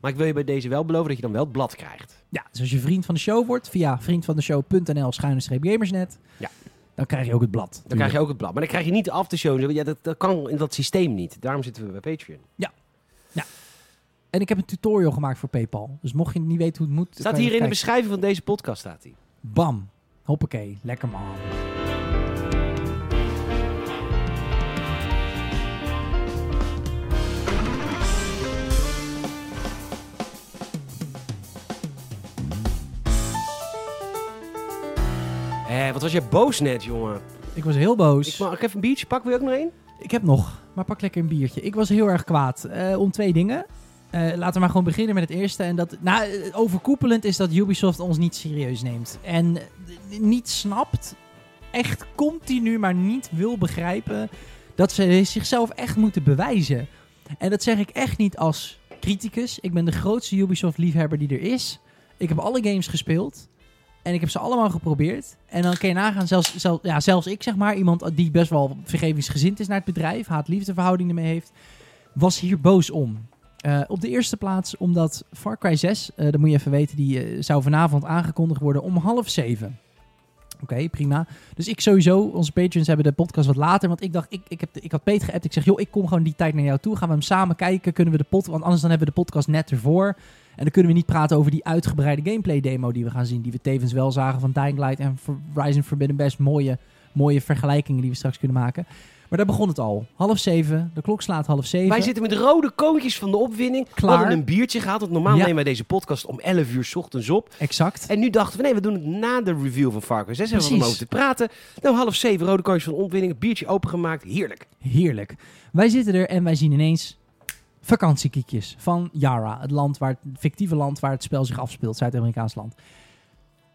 Maar ik wil je bij deze wel beloven dat je dan wel het blad krijgt. Ja, dus als je vriend van de show wordt via vriendvandeshow.nl schuine-gamersnet. Ja. Dan krijg je ook het blad. Dan krijg je ook het blad. Maar dan krijg je niet de aftershow. en zo. Ja, dat, dat kan in dat systeem niet. Daarom zitten we bij Patreon. En ik heb een tutorial gemaakt voor Paypal. Dus mocht je niet weten hoe het moet. Staat kan je hier in de even beschrijving van deze podcast, staat hij. kijken. Bam. Hoppakee. Lekker man. Eh, wat was jij boos net, jongen? Ik was heel boos. Ik mag ik even een biertje pakken. Wil je ook nog één? Ik heb nog, maar pak lekker een biertje. Ik was heel erg kwaad eh, om twee dingen. Eh, laten we maar gewoon beginnen met het eerste. En dat, nou, eh, overkoepelend is dat Ubisoft ons niet serieus neemt. En eh, niet snapt, echt continu, maar niet wil begrijpen dat ze zichzelf echt moeten bewijzen. En dat zeg ik echt niet als criticus. Ik ben de grootste Ubisoft-liefhebber die er is. Ik heb alle games gespeeld. En ik heb ze allemaal geprobeerd. En dan kun je nagaan, zelfs, zelf, ja, zelfs ik zeg maar, iemand die best wel vergevingsgezind is naar het bedrijf, haat-liefdeverhouding ermee heeft, was hier boos om. Eh, op de eerste plaats omdat Far Cry 6, eh dat moet je even weten, die eh, zou vanavond aangekondigd worden om half zeven. Oké, prima. Dus ik sowieso, onze patrons hebben de podcast wat later. Want ik dacht, ik, ik, heb, de- ik had Peet geappt. Ik zeg, joh, ik kom gewoon die tijd naar jou toe. Gaan we hem samen kijken? Kunnen we de pot? Want anders dan hebben we de podcast net ervoor. En dan kunnen we niet praten over die uitgebreide gameplay demo die we gaan zien. Die we tevens wel zagen van Dying Light en Horizon Forbidden Best. Mooie, mooie vergelijkingen die we straks kunnen maken. Maar daar begon het al. Half zeven. De klok slaat half zeven. Wij zitten met rode koontjes van de opwinning. Klaar. We hadden een biertje gehad. Want normaal Ja. nemen wij deze podcast om 11 uur 's ochtends op. Exact. En nu dachten we, nee, we doen het na de review van Far Cry 6. Hebben we Precies. om over te praten. Nou, half zeven, rode koontjes van de opwinning. Biertje opengemaakt. Heerlijk. Heerlijk. Wij zitten er en wij zien ineens vakantiekiekjes van Yara, het, land waar, het fictieve land waar het spel zich afspeelt, Zuid-Amerikaans land.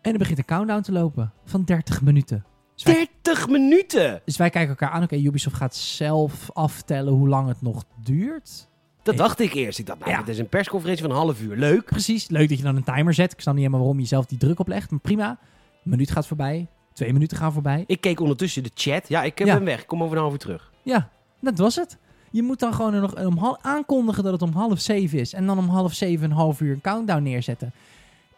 En er begint een countdown te lopen van 30 minuten. Dus wij, 30 minuten! dus wij kijken elkaar aan. Oké, Ubisoft gaat zelf aftellen hoe lang het nog duurt. Dat Nee. dacht ik eerst. Ik dacht, nou, Ja. dit is een persconferentie van een half uur. Leuk. Precies, leuk dat je dan een timer zet. Ik snap niet helemaal waarom je zelf die druk oplegt, maar prima. Een minuut gaat voorbij, twee minuten gaan voorbij. Ik keek ondertussen de chat. Ja, ik heb Ja. hem weg. Ik Kom over een half uur terug. Ja, dat was het. Je moet dan gewoon nog om hal- aankondigen dat het om half zeven is. En dan om half zeven een half uur een countdown neerzetten.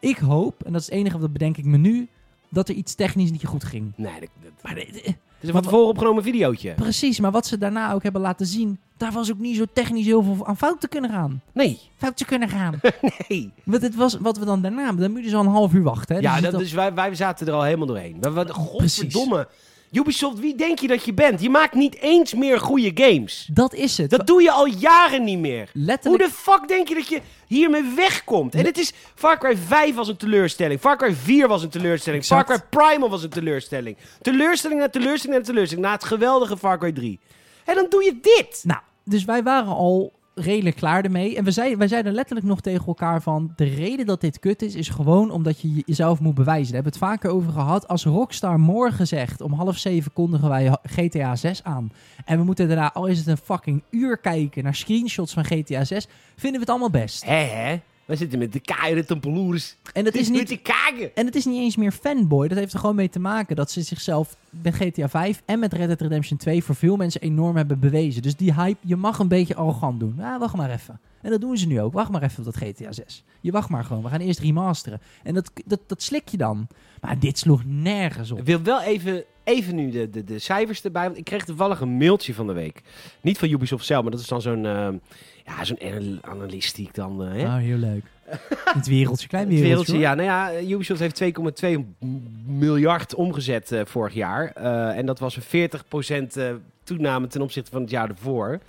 Ik hoop, en dat is het enige wat bedenk ik me nu, dat er iets technisch niet goed ging. Nee, dat, dat- Maar de- de- het is een van tevoren opgenomen videootje. precies, maar wat ze daarna ook hebben laten zien, daar was ook niet zo technisch heel veel aan fout te kunnen gaan. Nee. Fout te kunnen gaan. nee. Want het was wat we dan daarna, dan moet je dus al een half uur wachten. Hè? ja, je dat, zit al- dus wij, wij zaten er al helemaal doorheen. Maar wat, Precies. godverdomme. Ubisoft, wie denk je dat je bent? Je maakt niet eens meer goede games. dat is het. Dat doe je al jaren niet meer. Hoe Letterlijk. de fuck denk je dat je hiermee wegkomt? En het is... Far Cry 5 was een teleurstelling. Far Cry 4 was een teleurstelling. Exact. Far Cry Primal was een teleurstelling. Teleurstelling na teleurstelling na teleurstelling. Na het geweldige Far Cry 3. En dan doe je dit. Nou, dus wij waren al redelijk klaar ermee. En we zei, wij zeiden letterlijk nog tegen elkaar van... de reden dat dit kut is, is gewoon omdat je je- jezelf moet bewijzen. Daar hebben we het vaker over gehad. Als Rockstar morgen zegt, om half zeven kondigen wij H- GTA 6 aan... en we moeten daarna, al is het een fucking uur kijken... naar screenshots van GTA 6, vinden we het allemaal best. Hé, hé. We zitten met de keiharde tempeloers. En dat is Met niet... de kaken. En het is niet eens meer fanboy. Dat heeft er gewoon mee te maken dat ze zichzelf met GTA 5 en met Red Dead Redemption 2 voor veel mensen enorm hebben bewezen. Dus die hype, je mag een beetje arrogant doen. Ja, wacht maar even. En dat doen ze nu ook. Wacht maar even op dat GTA 6. Je wacht maar gewoon. We gaan eerst remasteren. En dat, dat, dat slik je dan. Maar dit sloeg nergens op. Ik wil wel even, even nu de, de, de cijfers erbij. Want ik kreeg toevallig een mailtje van de week. Niet van Ubisoft zelf, maar dat is dan zo'n eh, ja, zo'n anal- analist die ik dan... eh, hè? Nou, heel leuk. Het wereldje, klein Het wereldje, wereldje. hoor. ja. Nou ja, Ubisoft heeft 2,2 m- miljard omgezet eh, vorig jaar. Eh, en dat was een 40% eh, toename ten opzichte van het jaar ervoor.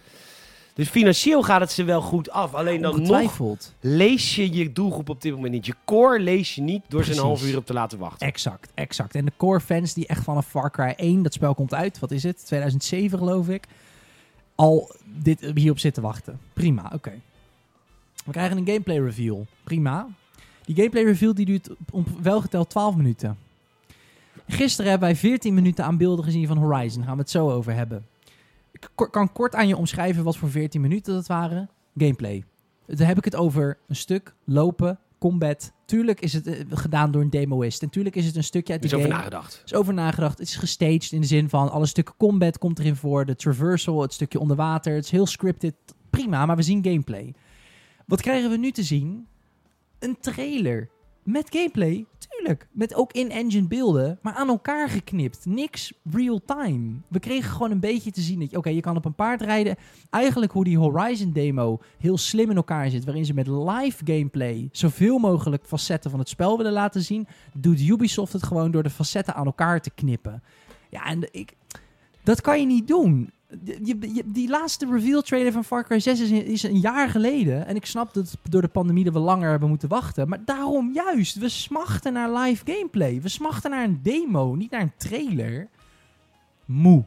Dus financieel gaat het ze wel goed af. Alleen dan nog Ongetwijfeld. lees je je doelgroep op dit moment niet. Je core lees je niet door ze een Precies. half uur op te laten wachten. Exact, exact. En de core fans die echt vanaf Far Cry 1, dat spel komt uit, wat is het? 2007 geloof ik. Al dit hierop zitten wachten. Prima, oké. We krijgen een gameplay reveal. Prima. Die gameplay reveal die duurt om welgeteld 12 minuten. Gisteren hebben wij 14 minuten aan beelden gezien van Horizon. Gaan we het zo over hebben. Ik ko- kan kort aan je omschrijven wat voor 14 minuten dat waren. Gameplay. Dan heb ik het over een stuk lopen, combat. Tuurlijk is het eh, gedaan door een demoist. En tuurlijk is het een stukje uit Er de is game. over nagedacht. Er is over nagedacht. Het is gestaged in de zin van alle stukken combat komt erin voor. De traversal, het stukje onder water. Het is heel scripted. Prima, maar we zien gameplay. Wat krijgen we nu te zien? Een trailer. Met gameplay, tuurlijk. Met ook in-engine beelden, maar aan elkaar geknipt. Niks real-time. We kregen gewoon een beetje te zien dat, je- oké, je kan op een paard rijden. Eigenlijk hoe die Horizon-demo heel slim in elkaar zit, waarin ze met live gameplay zoveel mogelijk facetten van het spel willen laten zien, doet Ubisoft het gewoon door de facetten aan elkaar te knippen. Ja, en de- ik, dat kan je niet doen. De- je- je- die laatste reveal trailer van Far Cry 6 is, is een jaar geleden. En ik snap dat door de pandemie dat we langer hebben moeten wachten. Maar daarom juist, we smachten naar live gameplay. We smachten naar een demo, niet naar een trailer. Moe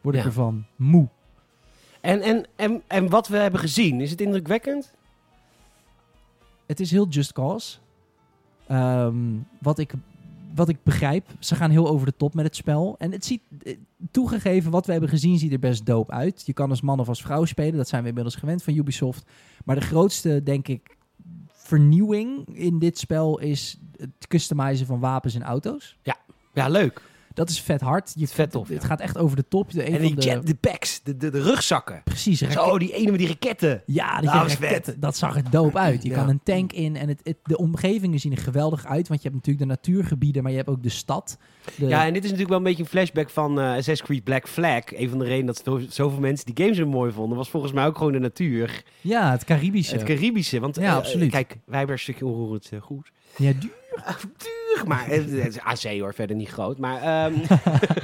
word ik Ja. ervan. Moe. En, en, en, en wat we hebben gezien, is het indrukwekkend? Het is heel just cause. Ehm, wat, ik, wat ik begrijp, ze gaan heel over de top met het spel. En het ziet, eh, toegegeven, wat we hebben gezien, ziet er best dope uit. Je kan als man of als vrouw spelen, dat zijn we inmiddels gewend van Ubisoft. Maar de grootste, denk ik, vernieuwing in dit spel is het customizen van wapens en auto's. Ja, leuk. Dat is vet hard. Je, Vet tof, Het ja. gaat echt over de top. De, een en die van de, jet, de packs, de, de, de rugzakken. Precies, raket- Zo, die ene met die raketten. Ja, dat, Nou, je is vet. raketten- dat zag er doop uit. Je Ja. kan een tank in en het, het- de omgevingen zien er geweldig uit. Want je hebt natuurlijk de natuurgebieden, maar je hebt ook de stad. De, Ja, en dit is natuurlijk wel een beetje een flashback van eh Assassin's Creed Black Flag. Een van de redenen dat zo- zoveel mensen die games zo mooi vonden, was volgens mij ook gewoon de natuur. ja, het Caribische. Het Caribische. Want Ja, eh, absoluut. kijk, wij hebben een stukje onroerend eh, goed. ja, duur, Duur, maar eh, het is AC hoor, verder niet groot. Maar, ehm,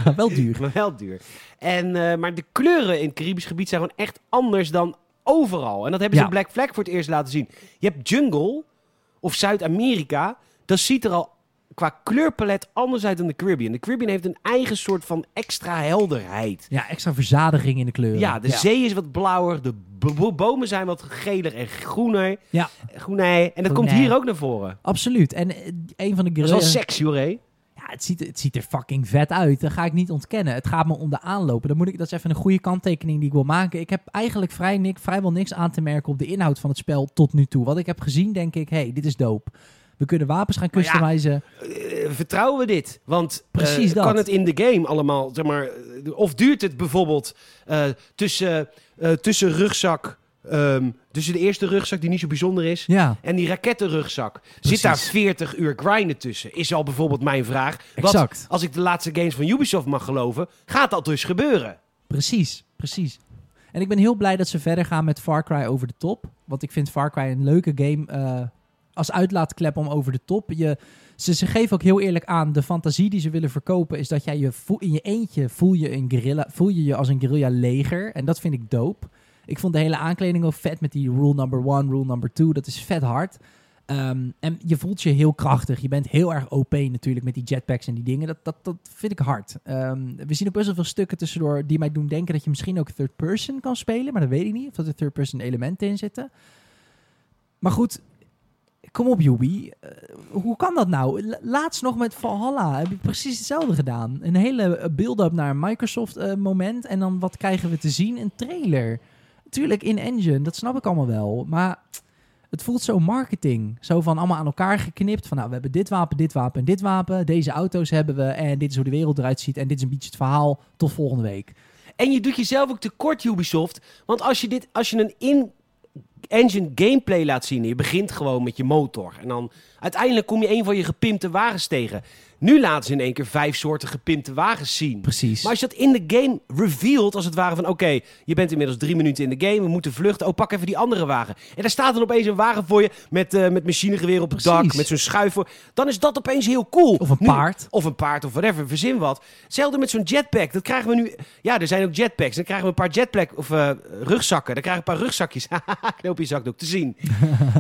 maar wel duur. maar wel duur. En, eh, maar de kleuren in het Caribisch gebied zijn gewoon echt anders dan overal. En dat hebben ze Ja. in Black Flag voor het eerst laten zien. Je hebt jungle of Zuid-Amerika. Dat ziet er al qua kleurpalet anders uit dan de Caribbean. De Caribbean heeft een eigen soort van extra helderheid. Ja, extra verzadiging in de kleuren. Dus Ja, de zee is wat blauwer, de bo- bo- bomen zijn wat geler en groener. Ja. Groenij. En dat komt Groenij. hier ook naar voren. Absoluut. En eh, een van de Dat is wel grillen- sexy hoor, hé. Ja, het ziet, het ziet er fucking vet uit. Dat ga ik niet ontkennen. Het gaat me om de aanlopen. Dan moet ik, dat is even een goede kanttekening die ik wil maken. Ik heb eigenlijk vrij nik, vrijwel niks aan te merken op de inhoud van het spel tot nu toe. Wat ik heb gezien, denk ik, hey, dit is dope. We kunnen wapens gaan Maar ja, customizen. Eh, vertrouwen we dit? Want eh, Precies dat. kan het in de game allemaal, zeg maar, eh, of duurt het bijvoorbeeld eh, tussen, eh, tussen rugzak, ehm, tussen de eerste rugzak die niet zo bijzonder is, Ja, en die rakettenrugzak. Precies. Zit daar 40 uur grinden tussen? Is al bijvoorbeeld mijn vraag. Wat, exact. als ik de laatste games van Ubisoft mag geloven, gaat dat dus gebeuren. Precies, precies. En ik ben heel blij dat ze verder gaan met Far Cry over de top. Want ik vind Far Cry een leuke game eh, als uitlaatklep om over de top. Je, ze, ze geven ook heel eerlijk aan, de fantasie die ze willen verkopen... is dat jij je voel- in je eentje voel je, een guerrilla, voel je je als een guerrilla leger. En dat vind ik dope. Ik vond de hele aankleding ook vet met die rule number one, rule number two. Dat is vet hard. Ehm, en je voelt je heel krachtig. Je bent heel erg OP natuurlijk met die jetpacks en die dingen. Dat, dat, dat vind ik hard. Ehm, we zien ook best wel veel stukken tussendoor die mij doen denken dat je misschien ook third person kan spelen. Maar dat weet ik niet. Of dat er third person elementen in zitten. Maar goed, kom op Yubi. Eh, hoe kan dat nou? La- Laatst nog met Valhalla heb je precies hetzelfde gedaan. Een hele eh, build-up naar een Microsoft eh, moment. En dan wat krijgen we te zien? Een trailer. Tuurlijk in engine, dat snap ik allemaal wel. Maar het voelt zo marketing. Zo van allemaal aan elkaar geknipt. Van nou, we hebben dit wapen, dit wapen en dit wapen. Deze auto's hebben we. En dit is hoe de wereld eruit ziet. En dit is een beetje het verhaal. Tot volgende week. En je doet jezelf ook tekort, Ubisoft. Want als je, dit, als je een in-engine gameplay laat zien... je begint gewoon met je motor. En dan uiteindelijk kom je een van je gepimpte wagens tegen. Nu laten ze in één keer vijf soorten gepimpte wagens zien. Precies. Maar als je dat in de game revealed, als het ware van... oké, je bent inmiddels drie minuten in de game, we moeten vluchten. Oh, pak even die andere wagen. En daar staat dan opeens een wagen voor je met, eh, met machinegeweer op het Precies. dak... met zo'n schuif voor. Dan is dat opeens heel cool. Of een Nu- paard. of een paard of whatever, verzin wat. Hetzelfde met zo'n jetpack. Dat krijgen we nu. Ja, er zijn ook jetpacks. Dan krijgen we een paar jetpack of eh, rugzakken. Dan krijgen we een paar rugzakjes. Knoop je zakdoek te zien.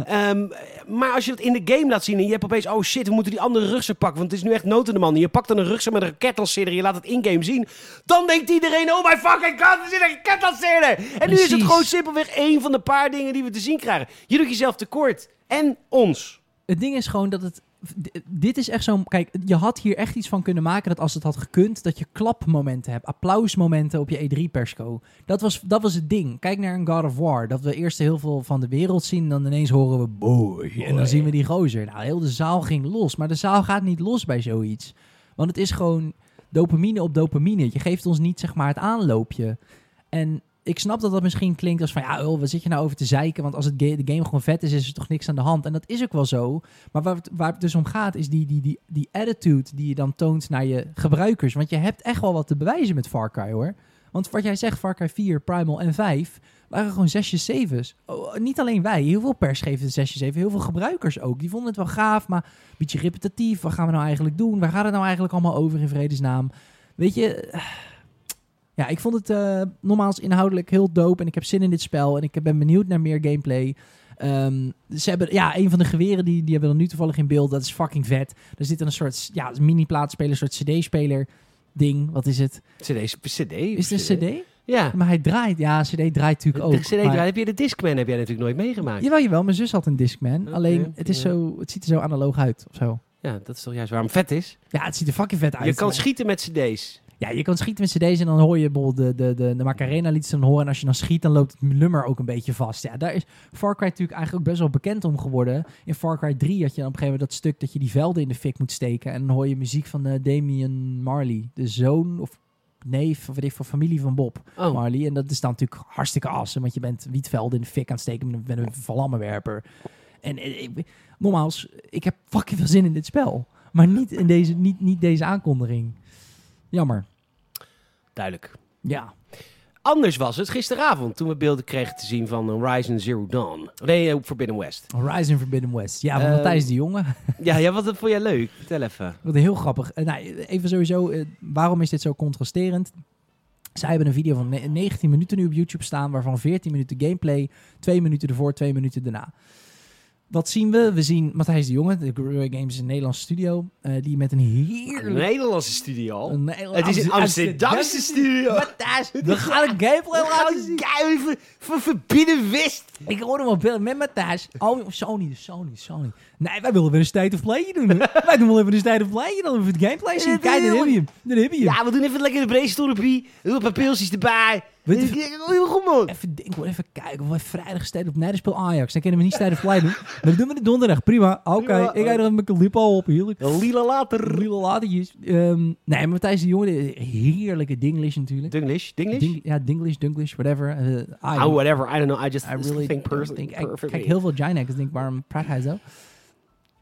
Ehm, maar als je dat in de game laat zien en je hebt opeens, oh shit, we moeten die andere rugzak pakken, want het is nu echt nood in de man. En je pakt dan een rugzak met een raketlanceerder en je laat het in-game zien. Dan denkt iedereen, oh my fucking god, er zit een raketlanceerder. En nu is het Precies. gewoon simpelweg één van de paar dingen die we te zien krijgen. Je doet jezelf tekort. En ons. Het ding is gewoon dat het. d- Dit is echt zo'n. Kijk, je had hier echt iets van kunnen maken dat als het had gekund, dat je klapmomenten hebt. Applausmomenten op je E3-persco. Dat was, dat was het ding. Kijk naar een God of War. Dat we eerst heel veel van de wereld zien. Dan ineens horen we boy. En dan zien we die gozer. Nou, heel de zaal ging los. Maar de zaal gaat niet los bij zoiets. Want het is gewoon dopamine op dopamine. Je geeft ons niet zeg maar het aanloopje. En ik snap dat dat misschien klinkt als van ja, oh, wat zit je nou over te zeiken? Want als het ga- de game gewoon vet is, is er toch niks aan de hand. En dat is ook wel zo. Maar waar het, waar het dus om gaat, is die, die, die, die attitude die je dan toont naar je gebruikers. Want je hebt echt wel wat te bewijzen met Far Cry hoor. Want wat jij zegt, Far Cry 4, Primal en 5 waren gewoon zesjes, zevens. Oh, niet alleen wij, heel veel pers geven het zesjes, zeven. Heel veel gebruikers ook. Die vonden het wel gaaf, maar een beetje repetitief. Wat gaan we nou eigenlijk doen? Waar gaat het nou eigenlijk allemaal over in vredesnaam? Weet je, ja, ik vond het eh nogmaals inhoudelijk heel dope. En ik heb zin in dit spel. En ik ben benieuwd naar meer gameplay. Ehm, ze hebben, ja, een van de geweren die, die hebben we dan nu toevallig in beeld. Dat is fucking vet. Er zit een soort ja, mini-plaatspeler, een soort CD-speler. Ding, wat is het? CD. CD Is het een CD? Ja. Maar hij draait, ja, CD draait natuurlijk ook. de CD maar- draait, heb je de Discman heb jij natuurlijk nooit meegemaakt. Ja. Jawel, jawel, mijn zus had een Discman. Oké, Alleen, het, is ja. zo, het ziet er zo analoog uit of zo. dat is toch juist waarom het vet is. Ja, het ziet er fucking vet uit. je kan Maar- schieten met CD's. Ja, je kan schieten met cd's en dan hoor je bijvoorbeeld de, de, de, de Macarena liedjes dan horen. En als je dan schiet, dan loopt het nummer ook een beetje vast. Ja, daar is Far Cry natuurlijk eigenlijk ook best wel bekend om geworden. In Far Cry 3 had je dan op een gegeven moment dat stuk dat je die velden in de fik moet steken. En dan hoor je muziek van eh, Damian Marley, de zoon of neef of weet ik van familie van Bob Oh, Marley. En dat is dan natuurlijk hartstikke assen, want je bent wietvelden in de fik aan het steken met een, met een vlammenwerper. En eh, ik, nogmaals, ik heb fucking veel zin in dit spel. Maar niet, in deze, niet, niet deze aankondiging. Jammer. duidelijk. Ja. Anders was het gisteravond toen we beelden kregen te zien van Horizon Zero Dawn. Nee, eh, Forbidden West. Horizon Forbidden West. Ja, van Eh, Matthijs de Jonge. ja, ja, wat dat vond jij leuk? Vertel even. Wat heel grappig. Eh, nou, even sowieso, eh, waarom is dit zo contrasterend? Zij hebben een video van ne- 19 minuten nu op YouTube staan, waarvan 14 minuten gameplay, 2 minuten ervoor, 2 minuten daarna. Wat zien we? We zien Matthijs de Jonge, de Guerrilla Games is een Nederlandse studio, eh, die met een Een heerlijk... Nederlandse studio al. een Nederlandse- Het is een Amsterdamse studio. Matthijs, we gaan een gameplay laten zien. Kuiven van verbieden wist. Ik hoorde hem op beeld met Matthijs. Oh, Sony, Sony, Sony. Nee, wij willen weer een state of play doen. hè. wij doen wel even een state of play. Dan even het gameplay zien. Kijk, daar heb je hem. Daar heb je hem. Ja, we doen even lekker de brainstormpie. We doen een paar pilsjes erbij. Weet je- Eh, Heel goed, man. Even denken, hoor, even kijken. Wat vrijdag state of nee, speel Ajax. Dan kunnen we niet state of play doen. Dan doen we het donderdag. Prima. Oké, Prima. ik ga er met mijn lipo op. Heerlijk. Lila later. Lille latertjes. Ehm nee, Matthijs de Jonge. Heerlijke Dinglish natuurlijk. Dinglish, Dinglish? Ding, ja, Dinglish, Dunglish, whatever. Eh, I, Oh, whatever. I don't know. I just I really think don't personally. think- ik kijk heel veel Ginex. Ik denk, waarom praat hij zo?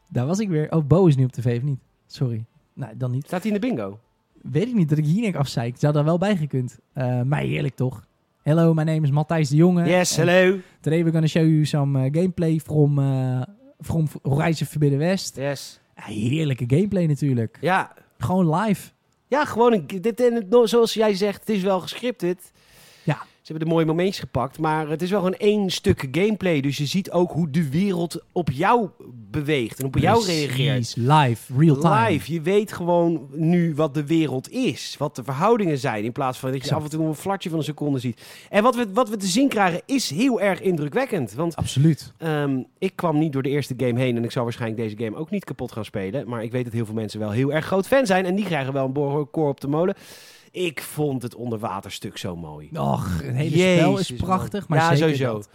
Daar was ik weer. Oh, Bo is nu op tv, of niet? Sorry. Nou, dan niet. Staat hij in de bingo? Weet ik niet dat ik Jinek afzei. Ik zou daar wel bij gekund. Eh, maar heerlijk toch? Hello, my name is Matthijs de Jonge. Yes, And hello. Today we're gonna show you some eh, gameplay from, eh, from Horizon Forbidden West. Yes. Ja, heerlijke gameplay natuurlijk. Ja, Gewoon live. ja gewoon een, dit, en het- no- zoals jij zegt, het is wel gescripted. Ja. Ze hebben de mooie momentjes gepakt, maar het is wel gewoon één stuk gameplay. Dus je ziet ook hoe de wereld op jou beweegt en op jou Precies, reageert. Live, real time. Live, je weet gewoon nu wat de wereld is, wat de verhoudingen zijn, in plaats van dat je Exact. af en toe een flatje van een seconde ziet. En wat we, wat we te zien krijgen is heel erg indrukwekkend, want Absoluut. Ehm, ik kwam niet door de eerste game heen en ik zal waarschijnlijk deze game ook niet kapot gaan spelen. Maar ik weet dat heel veel mensen wel heel erg groot fan zijn en die krijgen wel een behoorlijk koor op de molen. Ik vond het onderwaterstuk zo mooi. Och, het hele spel Jezus, is prachtig. man. Maar ja, zeker sowieso. dat.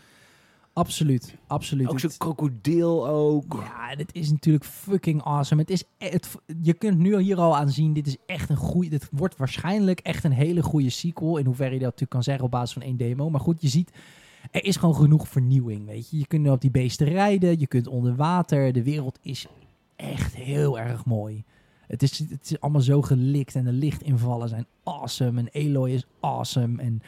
Absoluut, absoluut. Ook Het- zo'n krokodil ook. Ja, dit is natuurlijk fucking awesome. Het is, e- het, je kunt nu al hier al aan zien, dit is echt een goede. Dit wordt waarschijnlijk echt een hele goede sequel. In hoeverre je dat natuurlijk kan zeggen op basis van één demo. Maar goed, je ziet, er is gewoon genoeg vernieuwing. Weet je, je kunt nu op die beesten rijden, je kunt onder water. De wereld is echt heel erg mooi. Het is, het is allemaal zo gelikt en de lichtinvallen zijn awesome. En Eloy is awesome. En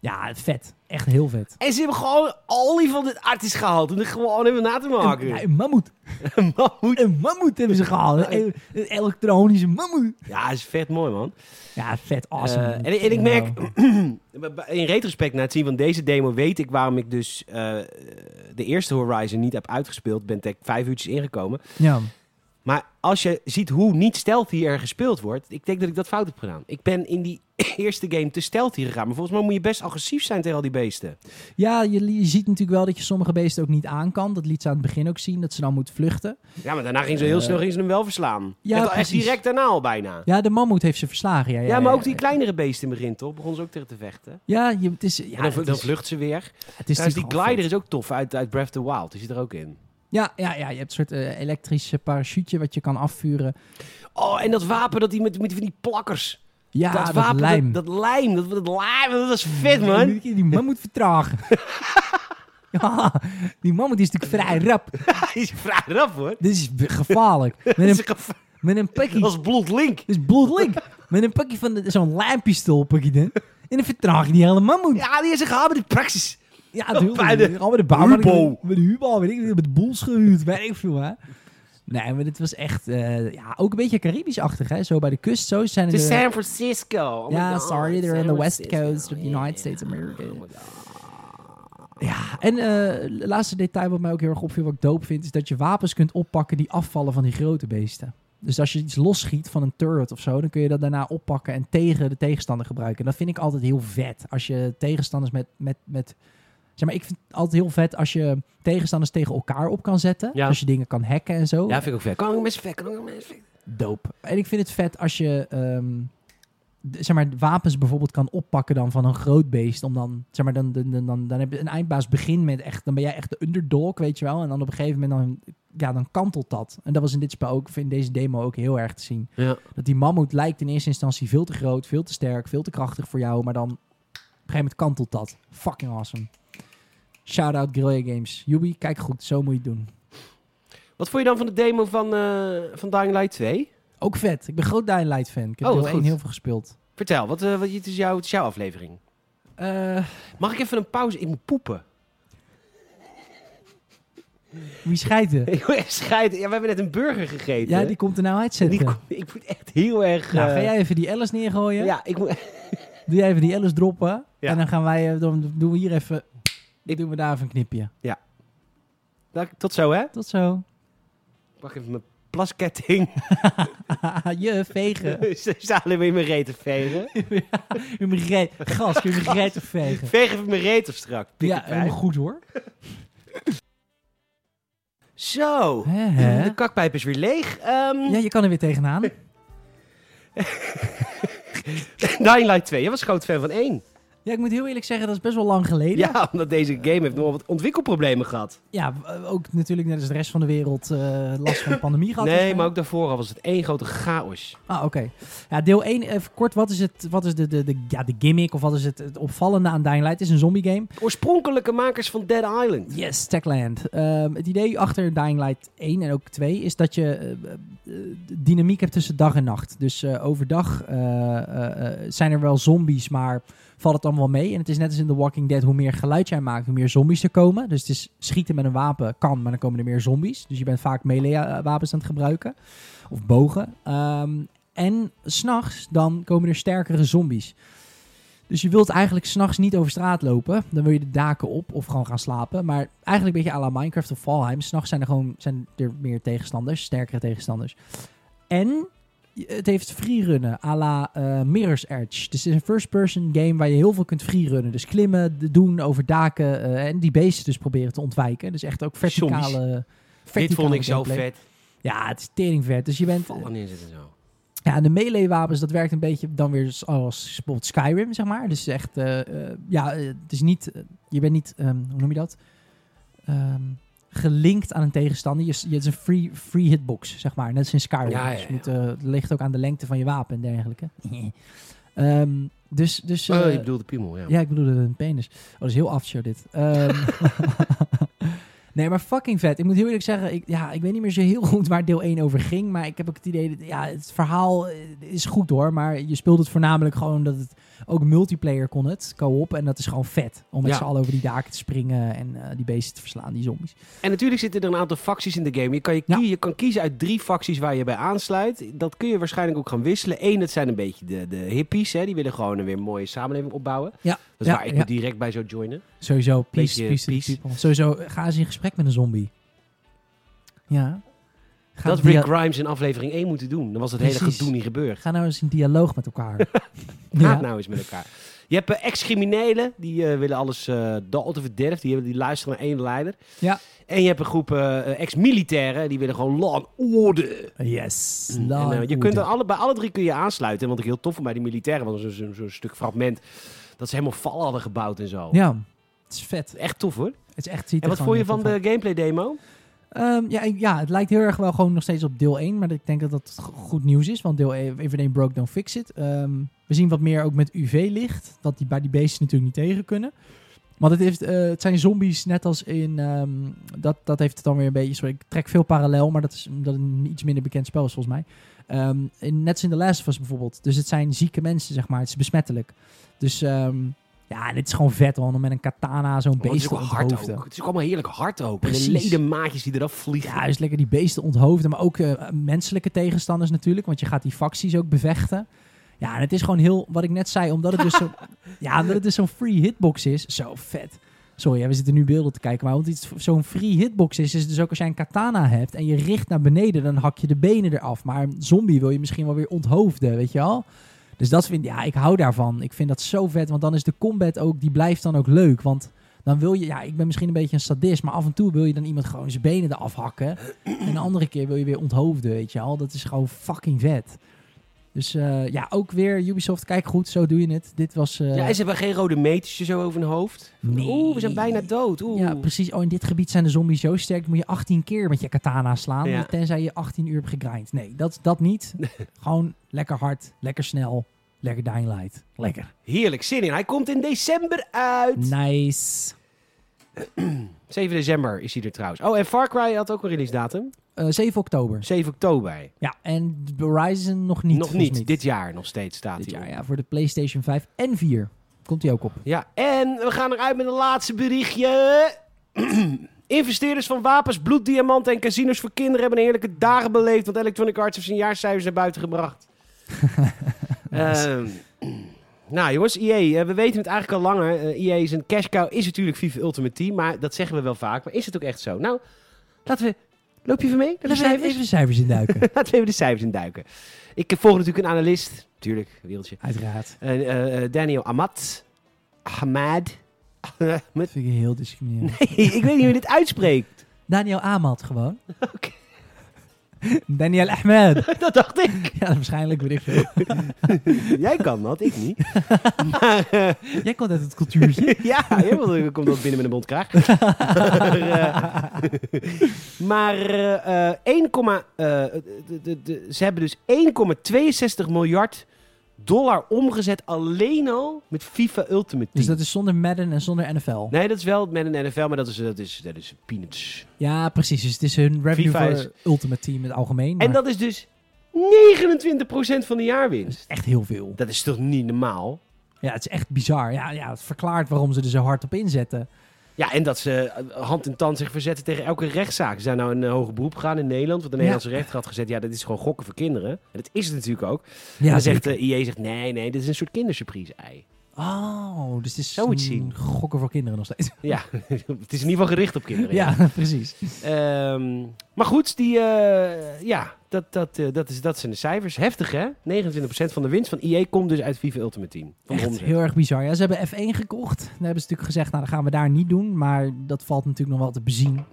ja, vet. Echt heel vet. En ze hebben gewoon al die van dit artis gehaald om er gewoon even na te maken. Een, een nou, mammoet. Mammoet. Een mammoet hebben ze gehaald. Een, een elektronische mammoet. ja, is vet mooi man. Ja, vet awesome. Nou. Eh, en, en ik merk, in retrospect na het zien van deze demo, weet ik waarom ik dus eh, de eerste Horizon niet heb uitgespeeld. Ben ik vijf uurtjes ingekomen. Ja, Maar als je ziet hoe niet stealthy er gespeeld wordt, ik denk dat ik dat fout heb gedaan. Ik ben in die eerste game te stealthy gegaan. Maar volgens mij moet je best agressief zijn tegen al die beesten. ja je, je ziet natuurlijk wel dat je sommige beesten ook niet aan kan. Dat liet ze aan het begin ook zien, dat ze dan moet vluchten. Ja, maar daarna gingen ze heel Eh, snel gingen ze hem wel verslaan. ja, echt, al- echt precies. direct daarna al bijna. Ja, Ja, de mammoet heeft ze verslagen. Ja, ja, maar ja, ook die kleinere beesten in het begin, toch? Begonnen ze ook tegen te vechten. Ja, je, het is... Ja, en dan, het dan is- vlucht ze weer. het is Trouwens, die natuurlijk gewoon glider vet. is ook tof uit, uit Breath of the Wild. Die zit er ook in. Ja, ja, ja, je hebt een soort eh, elektrische parachute wat je kan afvuren. Oh, en dat wapen dat die met, met van die plakkers. Ja, dat, dat, wapen, lijm. Dat, dat lijm, dat, dat lijm, dat was vet, Je man. moet Die mammoet vertragen. ja, die mammoet is natuurlijk vrij rap. Die is vrij rap, hoor. Dit is gevaarlijk. Met Dat is een, een gevaar- met een pakkie als Bloed Link. Dus bloedlink. Met een pakje van de- zo'n lijmpistool pak je dan. En dan vertraag je die hele mammoet. Ja, Ja, die is een gehaald met de praxis. natuurlijk. bij de Al met de bouw. Hubo. Met de Hubo, weet ik niet. Met de boels gehuurd, weet ik veel, hè. Nee, maar dit was echt... eh, ja, ook een beetje Caribisch-achtig, hè. Zo bij de kust, zo zijn Het is er... San Francisco. Oh my Ja, God, sorry, they're on San the west Francisco. coast of the Yeah. United States of America. Oh my God. Ja, en eh laatste detail wat mij ook heel erg opviel, wat ik doop vind, is dat je wapens kunt oppakken die afvallen van die grote beesten. Dus als je iets losschiet van een turret of zo, dan kun je dat daarna oppakken en tegen de tegenstander gebruiken. En dat vind ik altijd heel vet. Als je tegenstanders met, met, met. Zeg maar, ik vind het altijd heel vet als je tegenstanders tegen elkaar op kan zetten. Ja. Als je dingen kan hacken en zo. Ja, vind ik ook vet. Kan ik met z'n vet, kan ik met z'n vet. Doop. En ik vind het vet als je ehm, d- zeg maar, wapens bijvoorbeeld kan oppakken dan van een groot beest. Om dan, zeg maar, dan, dan, dan, dan, dan heb je een eindbaas begin met echt, dan ben jij echt de underdog, weet je wel. En dan op een gegeven moment, dan, ja, dan kantelt dat. En dat was in dit spel ook, in deze demo ook heel erg te zien. Ja. Dat die mammoet lijkt in eerste instantie veel te groot, veel te sterk, veel te krachtig voor jou. Maar dan op een gegeven moment kantelt dat. Fucking awesome. Shout-out Guerrilla Games. Yubi, kijk goed, zo moet je het doen. Wat vond je dan van de demo van, eh, van Dying Light 2? Ook vet. Ik ben groot Dying Light fan. Ik heb Oh, heel wat één goed. heel veel gespeeld. Vertel, wat, eh, wat, het, is jouw, het is jouw aflevering. Eh, Mag ik even een pauze? Ik moet poepen. wie scheiden? Scheid, ja, we hebben net een burger gegeten. Ja, die komt er nou uitzetten. Die kom- ik moet echt heel erg... nou, eh, ga jij even die Alice neergooien? Ja, ik moet... Doe jij even die Alice droppen? Ja. En dan gaan wij, eh, dan doen we hier even, Ik- doen we daar even een knipje. Ja. Nou, tot zo, hè? Tot zo. Pak even mijn plasketting. je vegen. Ze staan alleen maar in mijn reet te vegen. Je moet reet- Gas, je moet reet te vegen. Veeg even mijn reet of strak. Pik Ja, het bij. helemaal goed hoor. Zo. Hè, hè? De kakpijp is weer leeg. Ehm Ja, je kan er weer tegenaan. Dying Light 2. Jij was groot fan van 1. Ja, ik moet heel eerlijk zeggen, dat is best wel lang geleden. Ja, omdat deze game heeft nogal wat ontwikkelproblemen gehad. Ja, w- ook natuurlijk net als de rest van de wereld eh, last van de pandemie gehad. dus, eh, Nee, waarschijnlijk. maar ook daarvoor al was het één grote chaos. Ah, oké. Ja, deel 1, even kort, wat is, het, wat is de, de, de, ja, de gimmick of wat is het, het opvallende aan Dying Light? Het is een zombie game. De oorspronkelijke makers van Dead Island. Yes, Techland. Ehm, het idee achter Dying Light 1 en ook 2 is dat je eh, eh, de dynamiek hebt tussen dag en nacht. Dus eh, overdag eh, eh, eh, zijn er wel zombies, maar valt het dan wel mee. En het is net als in The Walking Dead, hoe meer geluid jij maakt, hoe meer zombies er komen. Dus het is schieten met een wapen kan, maar dan komen er meer zombies. Dus je bent vaak melee-wapens aan het gebruiken. Of bogen. Ehm, en s'nachts dan komen er sterkere zombies. Dus je wilt eigenlijk s'nachts niet over straat lopen. Dan wil je de daken op of gewoon gaan slapen. Maar eigenlijk een beetje à la Minecraft of Valheim. S'nachts zijn er gewoon zijn er meer tegenstanders, sterkere tegenstanders. En het heeft freerunnen à la eh, Mirror's Edge. Dus het is een first-person game waar je heel veel kunt freerunnen. Dus klimmen, d- doen, over daken eh, en die beesten dus proberen te ontwijken. Dus echt ook verticale... Dit verticale vond ik zo gameplay. vet. Ja, het is teringvet. Dus je bent... Vallen in zitten zo. Ja, en de melee-wapens, dat werkt een beetje dan weer als bijvoorbeeld Skyrim, zeg maar. Dus echt, eh, eh, ja, eh, het is niet, eh, je bent niet, ehm, hoe noem je dat? Ehm, gelinkt aan een tegenstander. Je, je, het is een free, free hitbox, zeg maar. Net als in Skyrim. Ja, ja, Dus je moet, eh, het ligt ook aan de lengte van je wapen en dergelijke. Ehm, dus, dus... Oh, eh, je bedoelde piemel, ja. ja, ik bedoelde een penis. Oh, dat is heel afshow dit. Ehm, nee, maar fucking vet. Ik moet heel eerlijk zeggen, ik, ja, ik weet niet meer zo heel goed waar deel 1 over ging. Maar ik heb ook het idee, dat, ja, het verhaal eh, is goed hoor. Maar je speelt het voornamelijk gewoon dat het ook multiplayer kon het, co-op. En dat is gewoon vet. Om met Ja. z'n allen over die daken te springen en eh, die beesten te verslaan, die zombies. En natuurlijk zitten er een aantal facties in de game. Je kan, je, Ja. kie- je kan kiezen uit drie facties waar je bij aansluit. Dat kun je waarschijnlijk ook gaan wisselen. Eén, dat zijn een beetje de, de hippies. Hè? Die willen gewoon een weer een mooie samenleving opbouwen. Ja. Dat is Ja, waar ik ja. me direct bij zou joinen. Sowieso, peace, Beetje peace, to the peace. people. Sowieso, ga eens in gesprek met een zombie. Ja. Ga dat dia- Rick Grimes in aflevering 1 moeten doen. Dan was het hele Precies. gedoe niet gebeurd. Ga nou eens in dialoog met elkaar. Praat nou eens met elkaar. Je hebt eh, ex-criminelen, die eh, willen alles eh dood of verderf. Die, hebben- die luisteren naar één leider. Ja. En je hebt een groep eh, eh, ex-militairen, die willen gewoon law and order. Yes. En, eh, Law and je kunt order. er alle, bij alle drie kun je aansluiten. Want ik heel tof vond bij die militairen, want zo'n zo'n- zo'n stuk fragment dat ze helemaal vallen hadden gebouwd en zo. Ja, het is vet. Echt tof hoor. Het is echt, En ziet er wat gewoon vond je heel van tof de gameplay demo? uit. Ehm, ja, ik- ja, het lijkt heel erg wel gewoon nog steeds op deel 1. Maar ik denk dat dat go- goed nieuws is. Want deel 1, even een broke, don't fix it. Ehm, we zien wat meer ook met UV-licht. Dat die bij die beesten natuurlijk niet tegen kunnen. Want het, heeft, eh, het zijn zombies net als in... ehm, dat, dat heeft het dan weer een beetje... Sorry, ik trek veel parallel, maar dat is omdat het een iets minder bekend spel is volgens mij. Ehm, in, net als in The Last of Us bijvoorbeeld. Dus het zijn zieke mensen, zeg maar. Het is besmettelijk. Dus ehm, ja, dit is gewoon vet, hoor. Om met een katana zo'n Want Oh, het is beest te ook hard onthoofden. ook. Het is ook allemaal heerlijk hard ook. En de Precies. ledemaatjes die eraf vliegen. Ja, dus lekker die beesten onthoofden. Maar ook eh, menselijke tegenstanders natuurlijk. Want je gaat die facties ook bevechten. Ja, en het is gewoon heel... Wat ik net zei, omdat het dus zo... ja, omdat het dus zo'n free hitbox is. Zo vet. Sorry, ja, we zitten nu beelden te kijken. Maar omdat het zo'n free hitbox is, is het dus ook als jij een katana hebt... en je richt naar beneden, dan hak je de benen eraf. Maar een zombie wil je misschien wel weer onthoofden, weet je wel? Dus dat vind ja, ik hou daarvan. Ik vind dat zo vet, want dan is de combat ook, die blijft dan ook leuk. Want dan wil je, ja, ik ben misschien een beetje een sadist, maar af en toe wil je dan iemand gewoon zijn benen eraf hakken. En een andere keer wil je weer onthoofden, weet je al. Dat is gewoon fucking vet. Dus eh, ja, ook weer Ubisoft, kijk goed, zo doe je het. Dit was... eh, Ja, en ze hebben geen rode metertjes zo over hun hoofd. Nee. Oeh, we zijn bijna dood. Oeh. ja, precies. Oh, in dit gebied zijn de zombies zo sterk, dan moet je 18 keer met je katana slaan. Ja. Tenzij je 18 uur hebt gegrind. Nee, dat, dat niet. gewoon lekker hard, lekker snel, lekker Dying Light. Lekker. Heerlijk zin in. Hij komt in december uit. Nice. 7 december is hij er trouwens. Oh, en Far Cry had ook een release datum. Eh, 7 oktober. 7 oktober. Ja, en Horizon nog niet. nog volgens niet. Dit jaar nog steeds staat Dit hij. jaar, ja. Voor de PlayStation 5 en 4 komt hij ook op. Ja, en we gaan eruit met een laatste berichtje. Investeerders van wapens, bloeddiamanten en casinos voor kinderen hebben een heerlijke dagen beleefd. Want Electronic Arts heeft zijn jaarcijfers naar buiten gebracht. Ehm, Nou jongens, EA, eh, we weten het eigenlijk al langer. Eh, EA is een cash cow, is natuurlijk FIFA Ultimate Team, maar dat zeggen we wel vaak. Maar is het ook echt zo? Nou, laten we... Loop je even mee? naar de Laten we even cijfers? de cijfers induiken. Laten we even de cijfers induiken. Ik volg natuurlijk een analist. Tuurlijk, wereldje. Uiteraard. Eh, eh, eh, Daniel Ahmad. Ahmad. Dat vind ik heel discriminerend. ik weet niet hoe je dit uitspreekt. Daniel Ahmad gewoon. Daniel Ahmed. Dat dacht ik. Ja, waarschijnlijk weet ik veel. Jij kan dat, ik niet. Maar, eh, Jij komt uit het cultuurtje. ja, helemaal komt dat binnen met een mondkraag. maar eh, maar eh, eh, 1, komma, eh, de- de- de- ze hebben dus 1,62 miljard dollar omgezet alleen al met FIFA Ultimate Team. Dus dat is zonder Madden en zonder NFL. Nee, dat is wel met een NFL, maar dat is, dat is, dat is peanuts. Ja, precies. Dus het is hun revenue FIFA voor is- Ultimate Team in het algemeen. En maar dat is dus 29% van de dat is jaarwinst. echt heel veel. Dat is toch niet normaal? Ja, het is echt bizar. Ja, ja, het verklaart waarom ze er zo hard op inzetten. Ja, en dat ze eh, hand en tand zich verzetten tegen elke rechtszaak. Ze zijn nou in eh, hoger beroep gegaan in Nederland. Want de Nederlandse rechter had gezegd, ja, dat is gewoon gokken voor kinderen. En dat is het natuurlijk ook. en Ja, dan zegt de IE, zegt, nee, nee, dit is een soort kindersurprise-ei. Oh, dus het is Zoiets mm, zien. gokken voor kinderen nog steeds. Ja, het is in ieder geval gericht op kinderen. ja. Ja, precies. Ehm, maar goed, die, eh, ja, dat, dat, eh, dat, is, dat zijn de cijfers. Heftig, hè? 29% van de winst van IE komt dus uit FIFA Ultimate Team. Van de Echt omzet. heel erg bizar. Ja, ze hebben F1 gekocht. Daar hebben ze natuurlijk gezegd, nou, dat gaan we daar niet doen. Maar dat valt natuurlijk nog wel te bezien.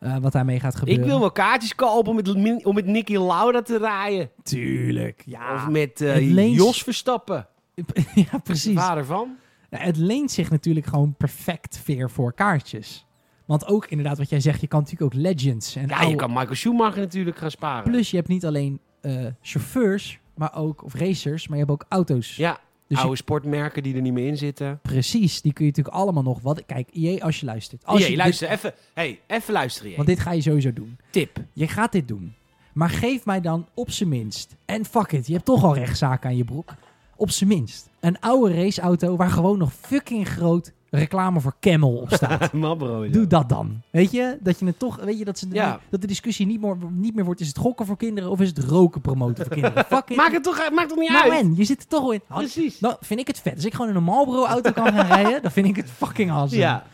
eh, wat daarmee gaat Ik gebeuren. wil wel kaartjes kopen om met, Min- om met Nicky Lauda te rijden. Tuurlijk. Ja, Of met eh, Het leens- Jos Verstappen, ja precies. vader van. Nou, het leent zich natuurlijk gewoon perfect veer voor kaartjes. Want ook inderdaad wat jij zegt, je kan natuurlijk ook legends. En Ja, je oude- kan Michael Schumacher natuurlijk gaan sparen. Plus je hebt niet alleen eh, chauffeurs, maar ook, of racers, maar je hebt ook auto's. ja, dus je- oude sportmerken die er niet meer in zitten. precies, die kun je natuurlijk allemaal nog... Wat, kijk, IE als je luistert. Als Als je, E luister, even, hey, even luisteren. dit- Jee. want dit ga je sowieso doen. tip. Je gaat dit doen. Maar geef mij dan op zijn minst. En fuck it, je hebt toch al rechtszaken aan je broek. Op zijn minst. Een oude raceauto waar gewoon nog fucking groot reclame voor Camel op staat. Marlboro. Doe dat dan. Weet je, dat je het toch, weet je, dat, ze, Ja. dat de discussie niet meer, niet meer wordt: is het gokken voor kinderen of is het roken promoten voor kinderen? Fuck it. Maak het toch, maakt het niet Nou uit. en, je zit er toch al in. Nou, Precies. Dan vind ik het vet. Als ik gewoon in een Marlboro-auto kan gaan rijden, dan vind ik het fucking awesome. Ja.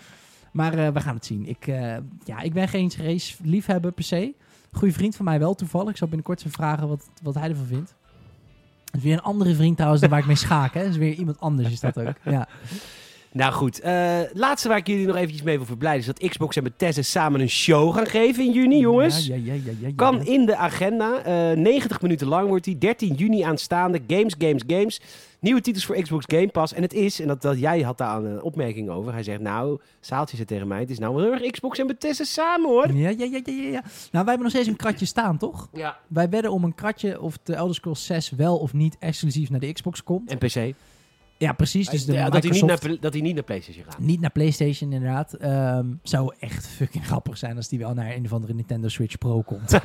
Maar eh, we gaan het zien. Ik, eh, ja, ik ben geen race-liefhebber per se. Goeie vriend van mij wel toevallig. Ik zal binnenkort zijn vragen wat, wat hij ervan vindt. Het is weer een andere vriend trouwens dan waar ik mee schaak. Hè? Het is weer iemand anders is dat ook. Ja. Nou goed, eh, laatste waar ik jullie nog eventjes mee wil verblijden... is dat Xbox en Bethesda samen een show gaan geven in juni, jongens. Ja, ja, ja, ja, ja, ja. Kan in de agenda. eh, 90 minuten lang wordt die. 13 juni aanstaande. Games, games, games. Nieuwe titels voor Xbox Game Pass. En het is, en dat, dat, jij had daar een eh, opmerking over. Hij zegt, nou, Saaltje zei tegen mij... het is nou wel heel erg Xbox en Bethesda samen, hoor. Ja, ja, ja, ja, ja, ja. Nou, wij hebben nog steeds een kratje staan, toch? Ja. Wij wedden om een kratje of de Elder Scrolls 6 wel of niet exclusief naar de Xbox komt. En PC. Ja, precies. Dus de Ja, dat, hij niet Microsoft... naar, dat hij niet naar PlayStation gaat. Niet naar PlayStation, inderdaad. Ehm, zou echt fucking grappig zijn als die wel naar een of andere Nintendo Switch Pro komt.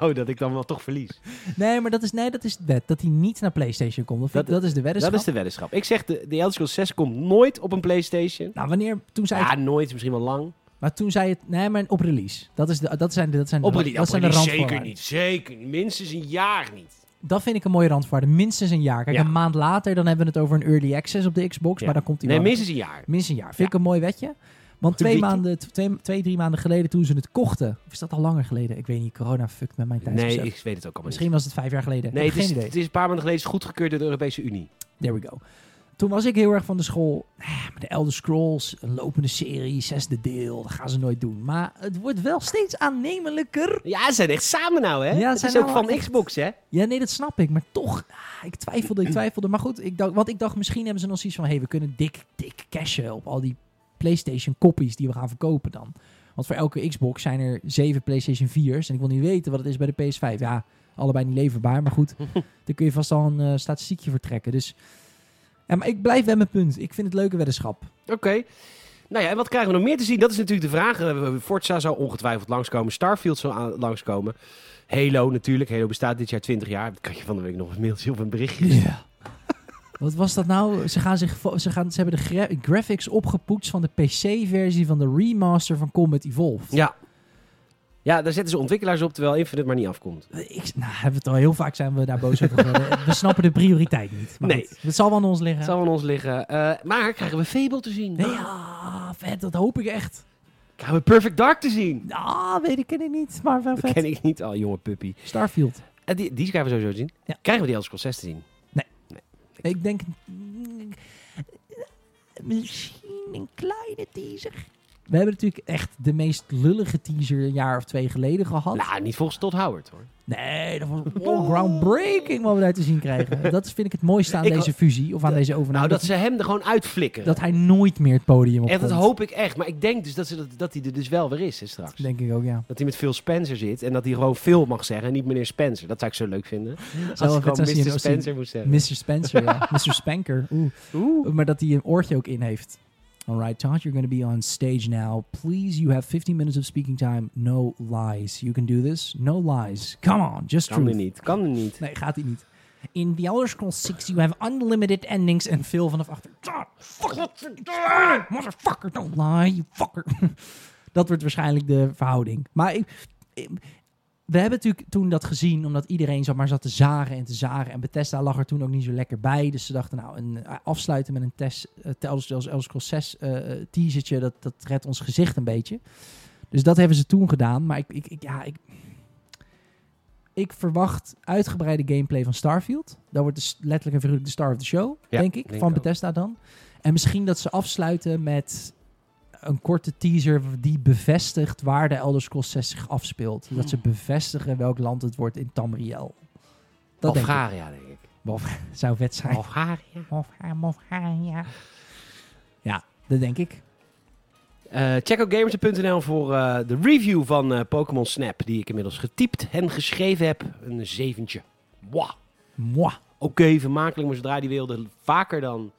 Oh, dat ik dan wel toch verlies. nee, maar dat is, nee, dat is het wet. Dat die niet naar PlayStation komt. Of Dat- dat, dat is de weddenschap. Dat is de weddenschap. Ik zeg, de, de Elder Scrolls 6 komt nooit op een PlayStation. Nou, wanneer? Toen zei Ja, het, nooit. Misschien wel lang. maar toen zei het... Nee, maar op release. Dat, is de, dat zijn, de- dat zijn, de- Op release, dat op zijn de release zeker randvoorwaarden. niet. Zeker niet. Minstens een jaar niet. Dat vind ik een mooie randvoorwaarde. Minstens een jaar. Kijk, Ja. een maand later dan hebben we het over een early access op de Xbox. Ja. Maar dan komt die Nee, wel- minstens een jaar. Minstens een jaar. Vind Ja. ik een mooi wetje. Want twee, Wetje. maanden, t- twee, twee, drie maanden geleden toen ze het kochten... Of is dat al langer geleden? Ik weet niet. Corona fuckt met mijn tijdsbesef. Nee, ik weet het ook allemaal niet. Misschien was het vijf jaar geleden. Nee, ik het heb is, geen idee. het is een paar maanden geleden is goedgekeurd door de Europese Unie. There we go. Toen was ik heel erg van de school. "Ah, maar De Elder Scrolls, een lopende serie, zesde deel. Dat gaan ze nooit doen. Maar het wordt wel steeds aannemelijker. Ja, ze zijn echt samen nou, hè? Ja, ze het zijn is ook nou van echt- Xbox, hè? Ja, nee, dat snap ik. Maar toch, ah, ik twijfelde, ik twijfelde. Maar goed, ik dacht, want ik dacht, misschien hebben ze nog zoiets van... hey, we kunnen dik, dik cashen op al die PlayStation-copies die we gaan verkopen dan. Want voor elke Xbox zijn er zeven PlayStation 4's. En ik wil niet weten wat het is bij de PS5. Ja, allebei niet leverbaar. Maar goed, daar kun je vast al een eh, statistiekje voor trekken. Dus, ja, maar ik blijf bij mijn punt. Ik vind het leuke weddenschap. Oké. Nou ja, en wat krijgen we nog meer te zien? Dat is natuurlijk de vraag. Eh, Forza zou ongetwijfeld langskomen. Starfield zou aan- langskomen. Halo natuurlijk. Halo bestaat dit jaar 20 jaar. Dat kan je van de week nog een mailtje of een berichtje. Ja. Wat was dat nou? Ze, gaan zich, vo- ze, gaan, ze hebben de gra- graphics opgepoetst van de PC-versie van de remaster van Combat Evolved. Ja, Ja, daar zetten ze ontwikkelaars op terwijl Infinite maar niet afkomt. Ik, nou, hebben we het al heel vaak zijn we daar boos over geworden. We snappen de prioriteit niet. Maar Nee. goed, het zal wel aan ons liggen. Het zal aan ons liggen. Eh, maar krijgen we Fable te zien? Nee, ja, vet, dat hoop ik echt. Krijgen we Perfect Dark te zien? Ah, weet ik, ken ik niet, maar wel Dat vet. ken ik niet al, jonge puppy. Starfield. Eh, die, die krijgen we sowieso te zien. Ja. Krijgen we die Elder Scrolls 6 te zien? Ik denk... mm, Misschien een kleine teaser. We hebben natuurlijk echt de meest lullige teaser een jaar of twee geleden gehad. Nou, niet volgens Todd Howard hoor. Nee, dat was wow, groundbreaking wat we daar te zien krijgen. Dat vind ik het mooiste aan Ik- deze fusie of aan deze overname. Nou, dat ze hem er gewoon uitflikken. dat hij nooit meer het podium op echt, dat komt. hoop ik echt. Maar ik denk dus dat, ze, dat, dat hij er dus wel weer is hè, straks. Denk ik ook, ja. Dat hij met Phil Spencer zit en dat hij gewoon Phil mag zeggen en niet meneer Spencer. Dat zou ik zo leuk vinden. Als wel hij vet gewoon zijn als hij- Mr. als hij- Spencer moest zeggen. Mr. Spencer, ja. Mr. Spanker. Oeh. Oeh. Maar dat hij een oortje ook in heeft. Alright, Todd, you're going to be on stage now. Please, you have 15 minutes of speaking time. No lies. You can do this. No lies. Come on, just Kan er truth. niet, kan er niet. Nee, gaat hij niet. In The Elder Scrolls 6, you have unlimited endings. En veel vanaf achter. Ah, Todd, fuck, motherfucker, don't lie, you fucker. dat wordt waarschijnlijk de verhouding. Maar ik, ik- we hebben natuurlijk toen dat gezien, omdat iedereen zo maar zat te zagen en te zagen. En Bethesda lag er toen ook niet zo lekker bij. Dus ze dachten, nou, een, eh, afsluiten met een test, eh, Elder Scrolls- Elder Scrolls 6 eh eh, teasertje, dat, dat redt ons gezicht een beetje. Dus dat hebben ze toen gedaan. Maar ik, ik, ik- ja, ik, ik verwacht uitgebreide gameplay van Starfield. Dat wordt dus letterlijk en figuurlijk de star of the show, Ja, denk ik. denk van ik ook. Bethesda dan. En misschien dat ze afsluiten met een korte teaser die bevestigt waar de Elder Scrolls 6 zich afspeelt. Dat ze bevestigen welk land het wordt in Tamriel. Dat denk ik. Algaria, denk ik. zou vet zijn. Algaria. Mofha, mofha, ja. Ja, dat denk ik. Eh, check ook gamers.nl voor eh, de review van eh, Pokémon Snap, die ik inmiddels getypt en geschreven heb. Een zeventje. Mwah. Mwah. Oké, vermakelijk, maar zodra die wereld vaker dan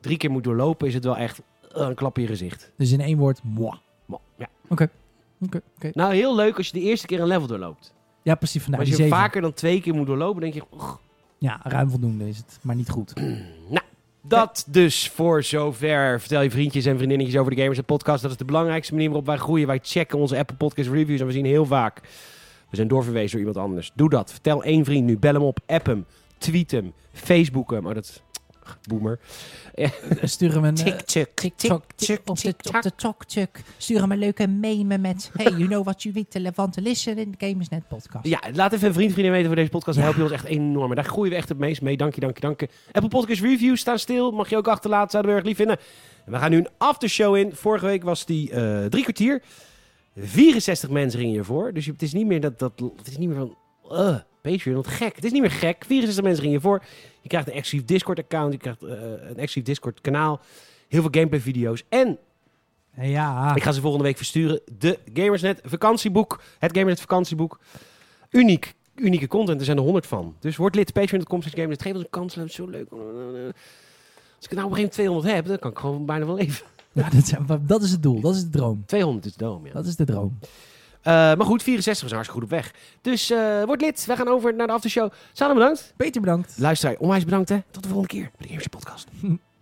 drie keer moet doorlopen, is het wel echt eh, een klap in je gezicht. Dus in één woord, mwah. Mwah. Ja. Oké, oké. Nou, heel leuk als je de eerste keer een level doorloopt. Ja, precies. Maar Vandaar als Nou, je die zeven. vaker dan twee keer moet doorlopen, denk je... "Och, Ja, ruim voldoende is het, maar niet goed. Dat dus voor zover. Vertel je vriendjes en vriendinnetjes over de Gamers en Podcast. Dat is de belangrijkste manier waarop wij groeien. Wij checken onze Apple Podcast reviews en we zien heel vaak. We zijn doorverwezen door iemand anders. Doe dat. Vertel één vriend nu. Bel hem op. App hem. Tweet hem. Facebook hem. Oh, dat is... Boomer. Stuur hem een... eh, tik, tik, tok, tik, op de, op de tok, tuk. Stuur hem een leuke meme met... Hey, you know what you need want to listen in de Gamersnet podcast. Ja, laat even een vriend, vriendin weten voor deze podcast. Dan Ja. help je ons echt enorm. En daar groeien we echt het meest mee. Dank je, dank je, dank je. Apple Podcast Reviews staan stil. Mag je ook achterlaten. Zouden we erg lief vinden. En we gaan nu een aftershow in. Vorige week was die eh, drie kwartier. 64 mensen gingen hiervoor. Dus je- het is niet meer dat... dat het is niet meer van... eh Patreon, wat gek. Het is niet meer gek. 64 mensen gingen hiervoor. Je krijgt een exclusief Discord-account. Je krijgt eh, een exclusief Discord-kanaal. Heel veel gameplay-video's. En Ja. ik ga ze volgende week versturen. De Gamersnet vakantieboek. Het Gamersnet vakantieboek. Uniek. Unieke content. Er zijn er honderd van. Dus word lid. Patreon.com. slash Gamersnet. Geef ons een kans. Het is zo leuk. Als ik nou op een gegeven moment 200 heb, dan kan ik gewoon bijna wel leven. Ja, dat, zijn- dat is het doel. Dat is de droom. 200 is de dom, ja. Dat is de droom. Eh, maar goed, 64 is hartstikke goed op weg. Dus eh, word lid. Wij gaan over naar de aftershow. Samen bedankt. Peter, bedankt. Luisteraar, onwijs bedankt hè. Tot de volgende keer bij de Gamersnet podcast.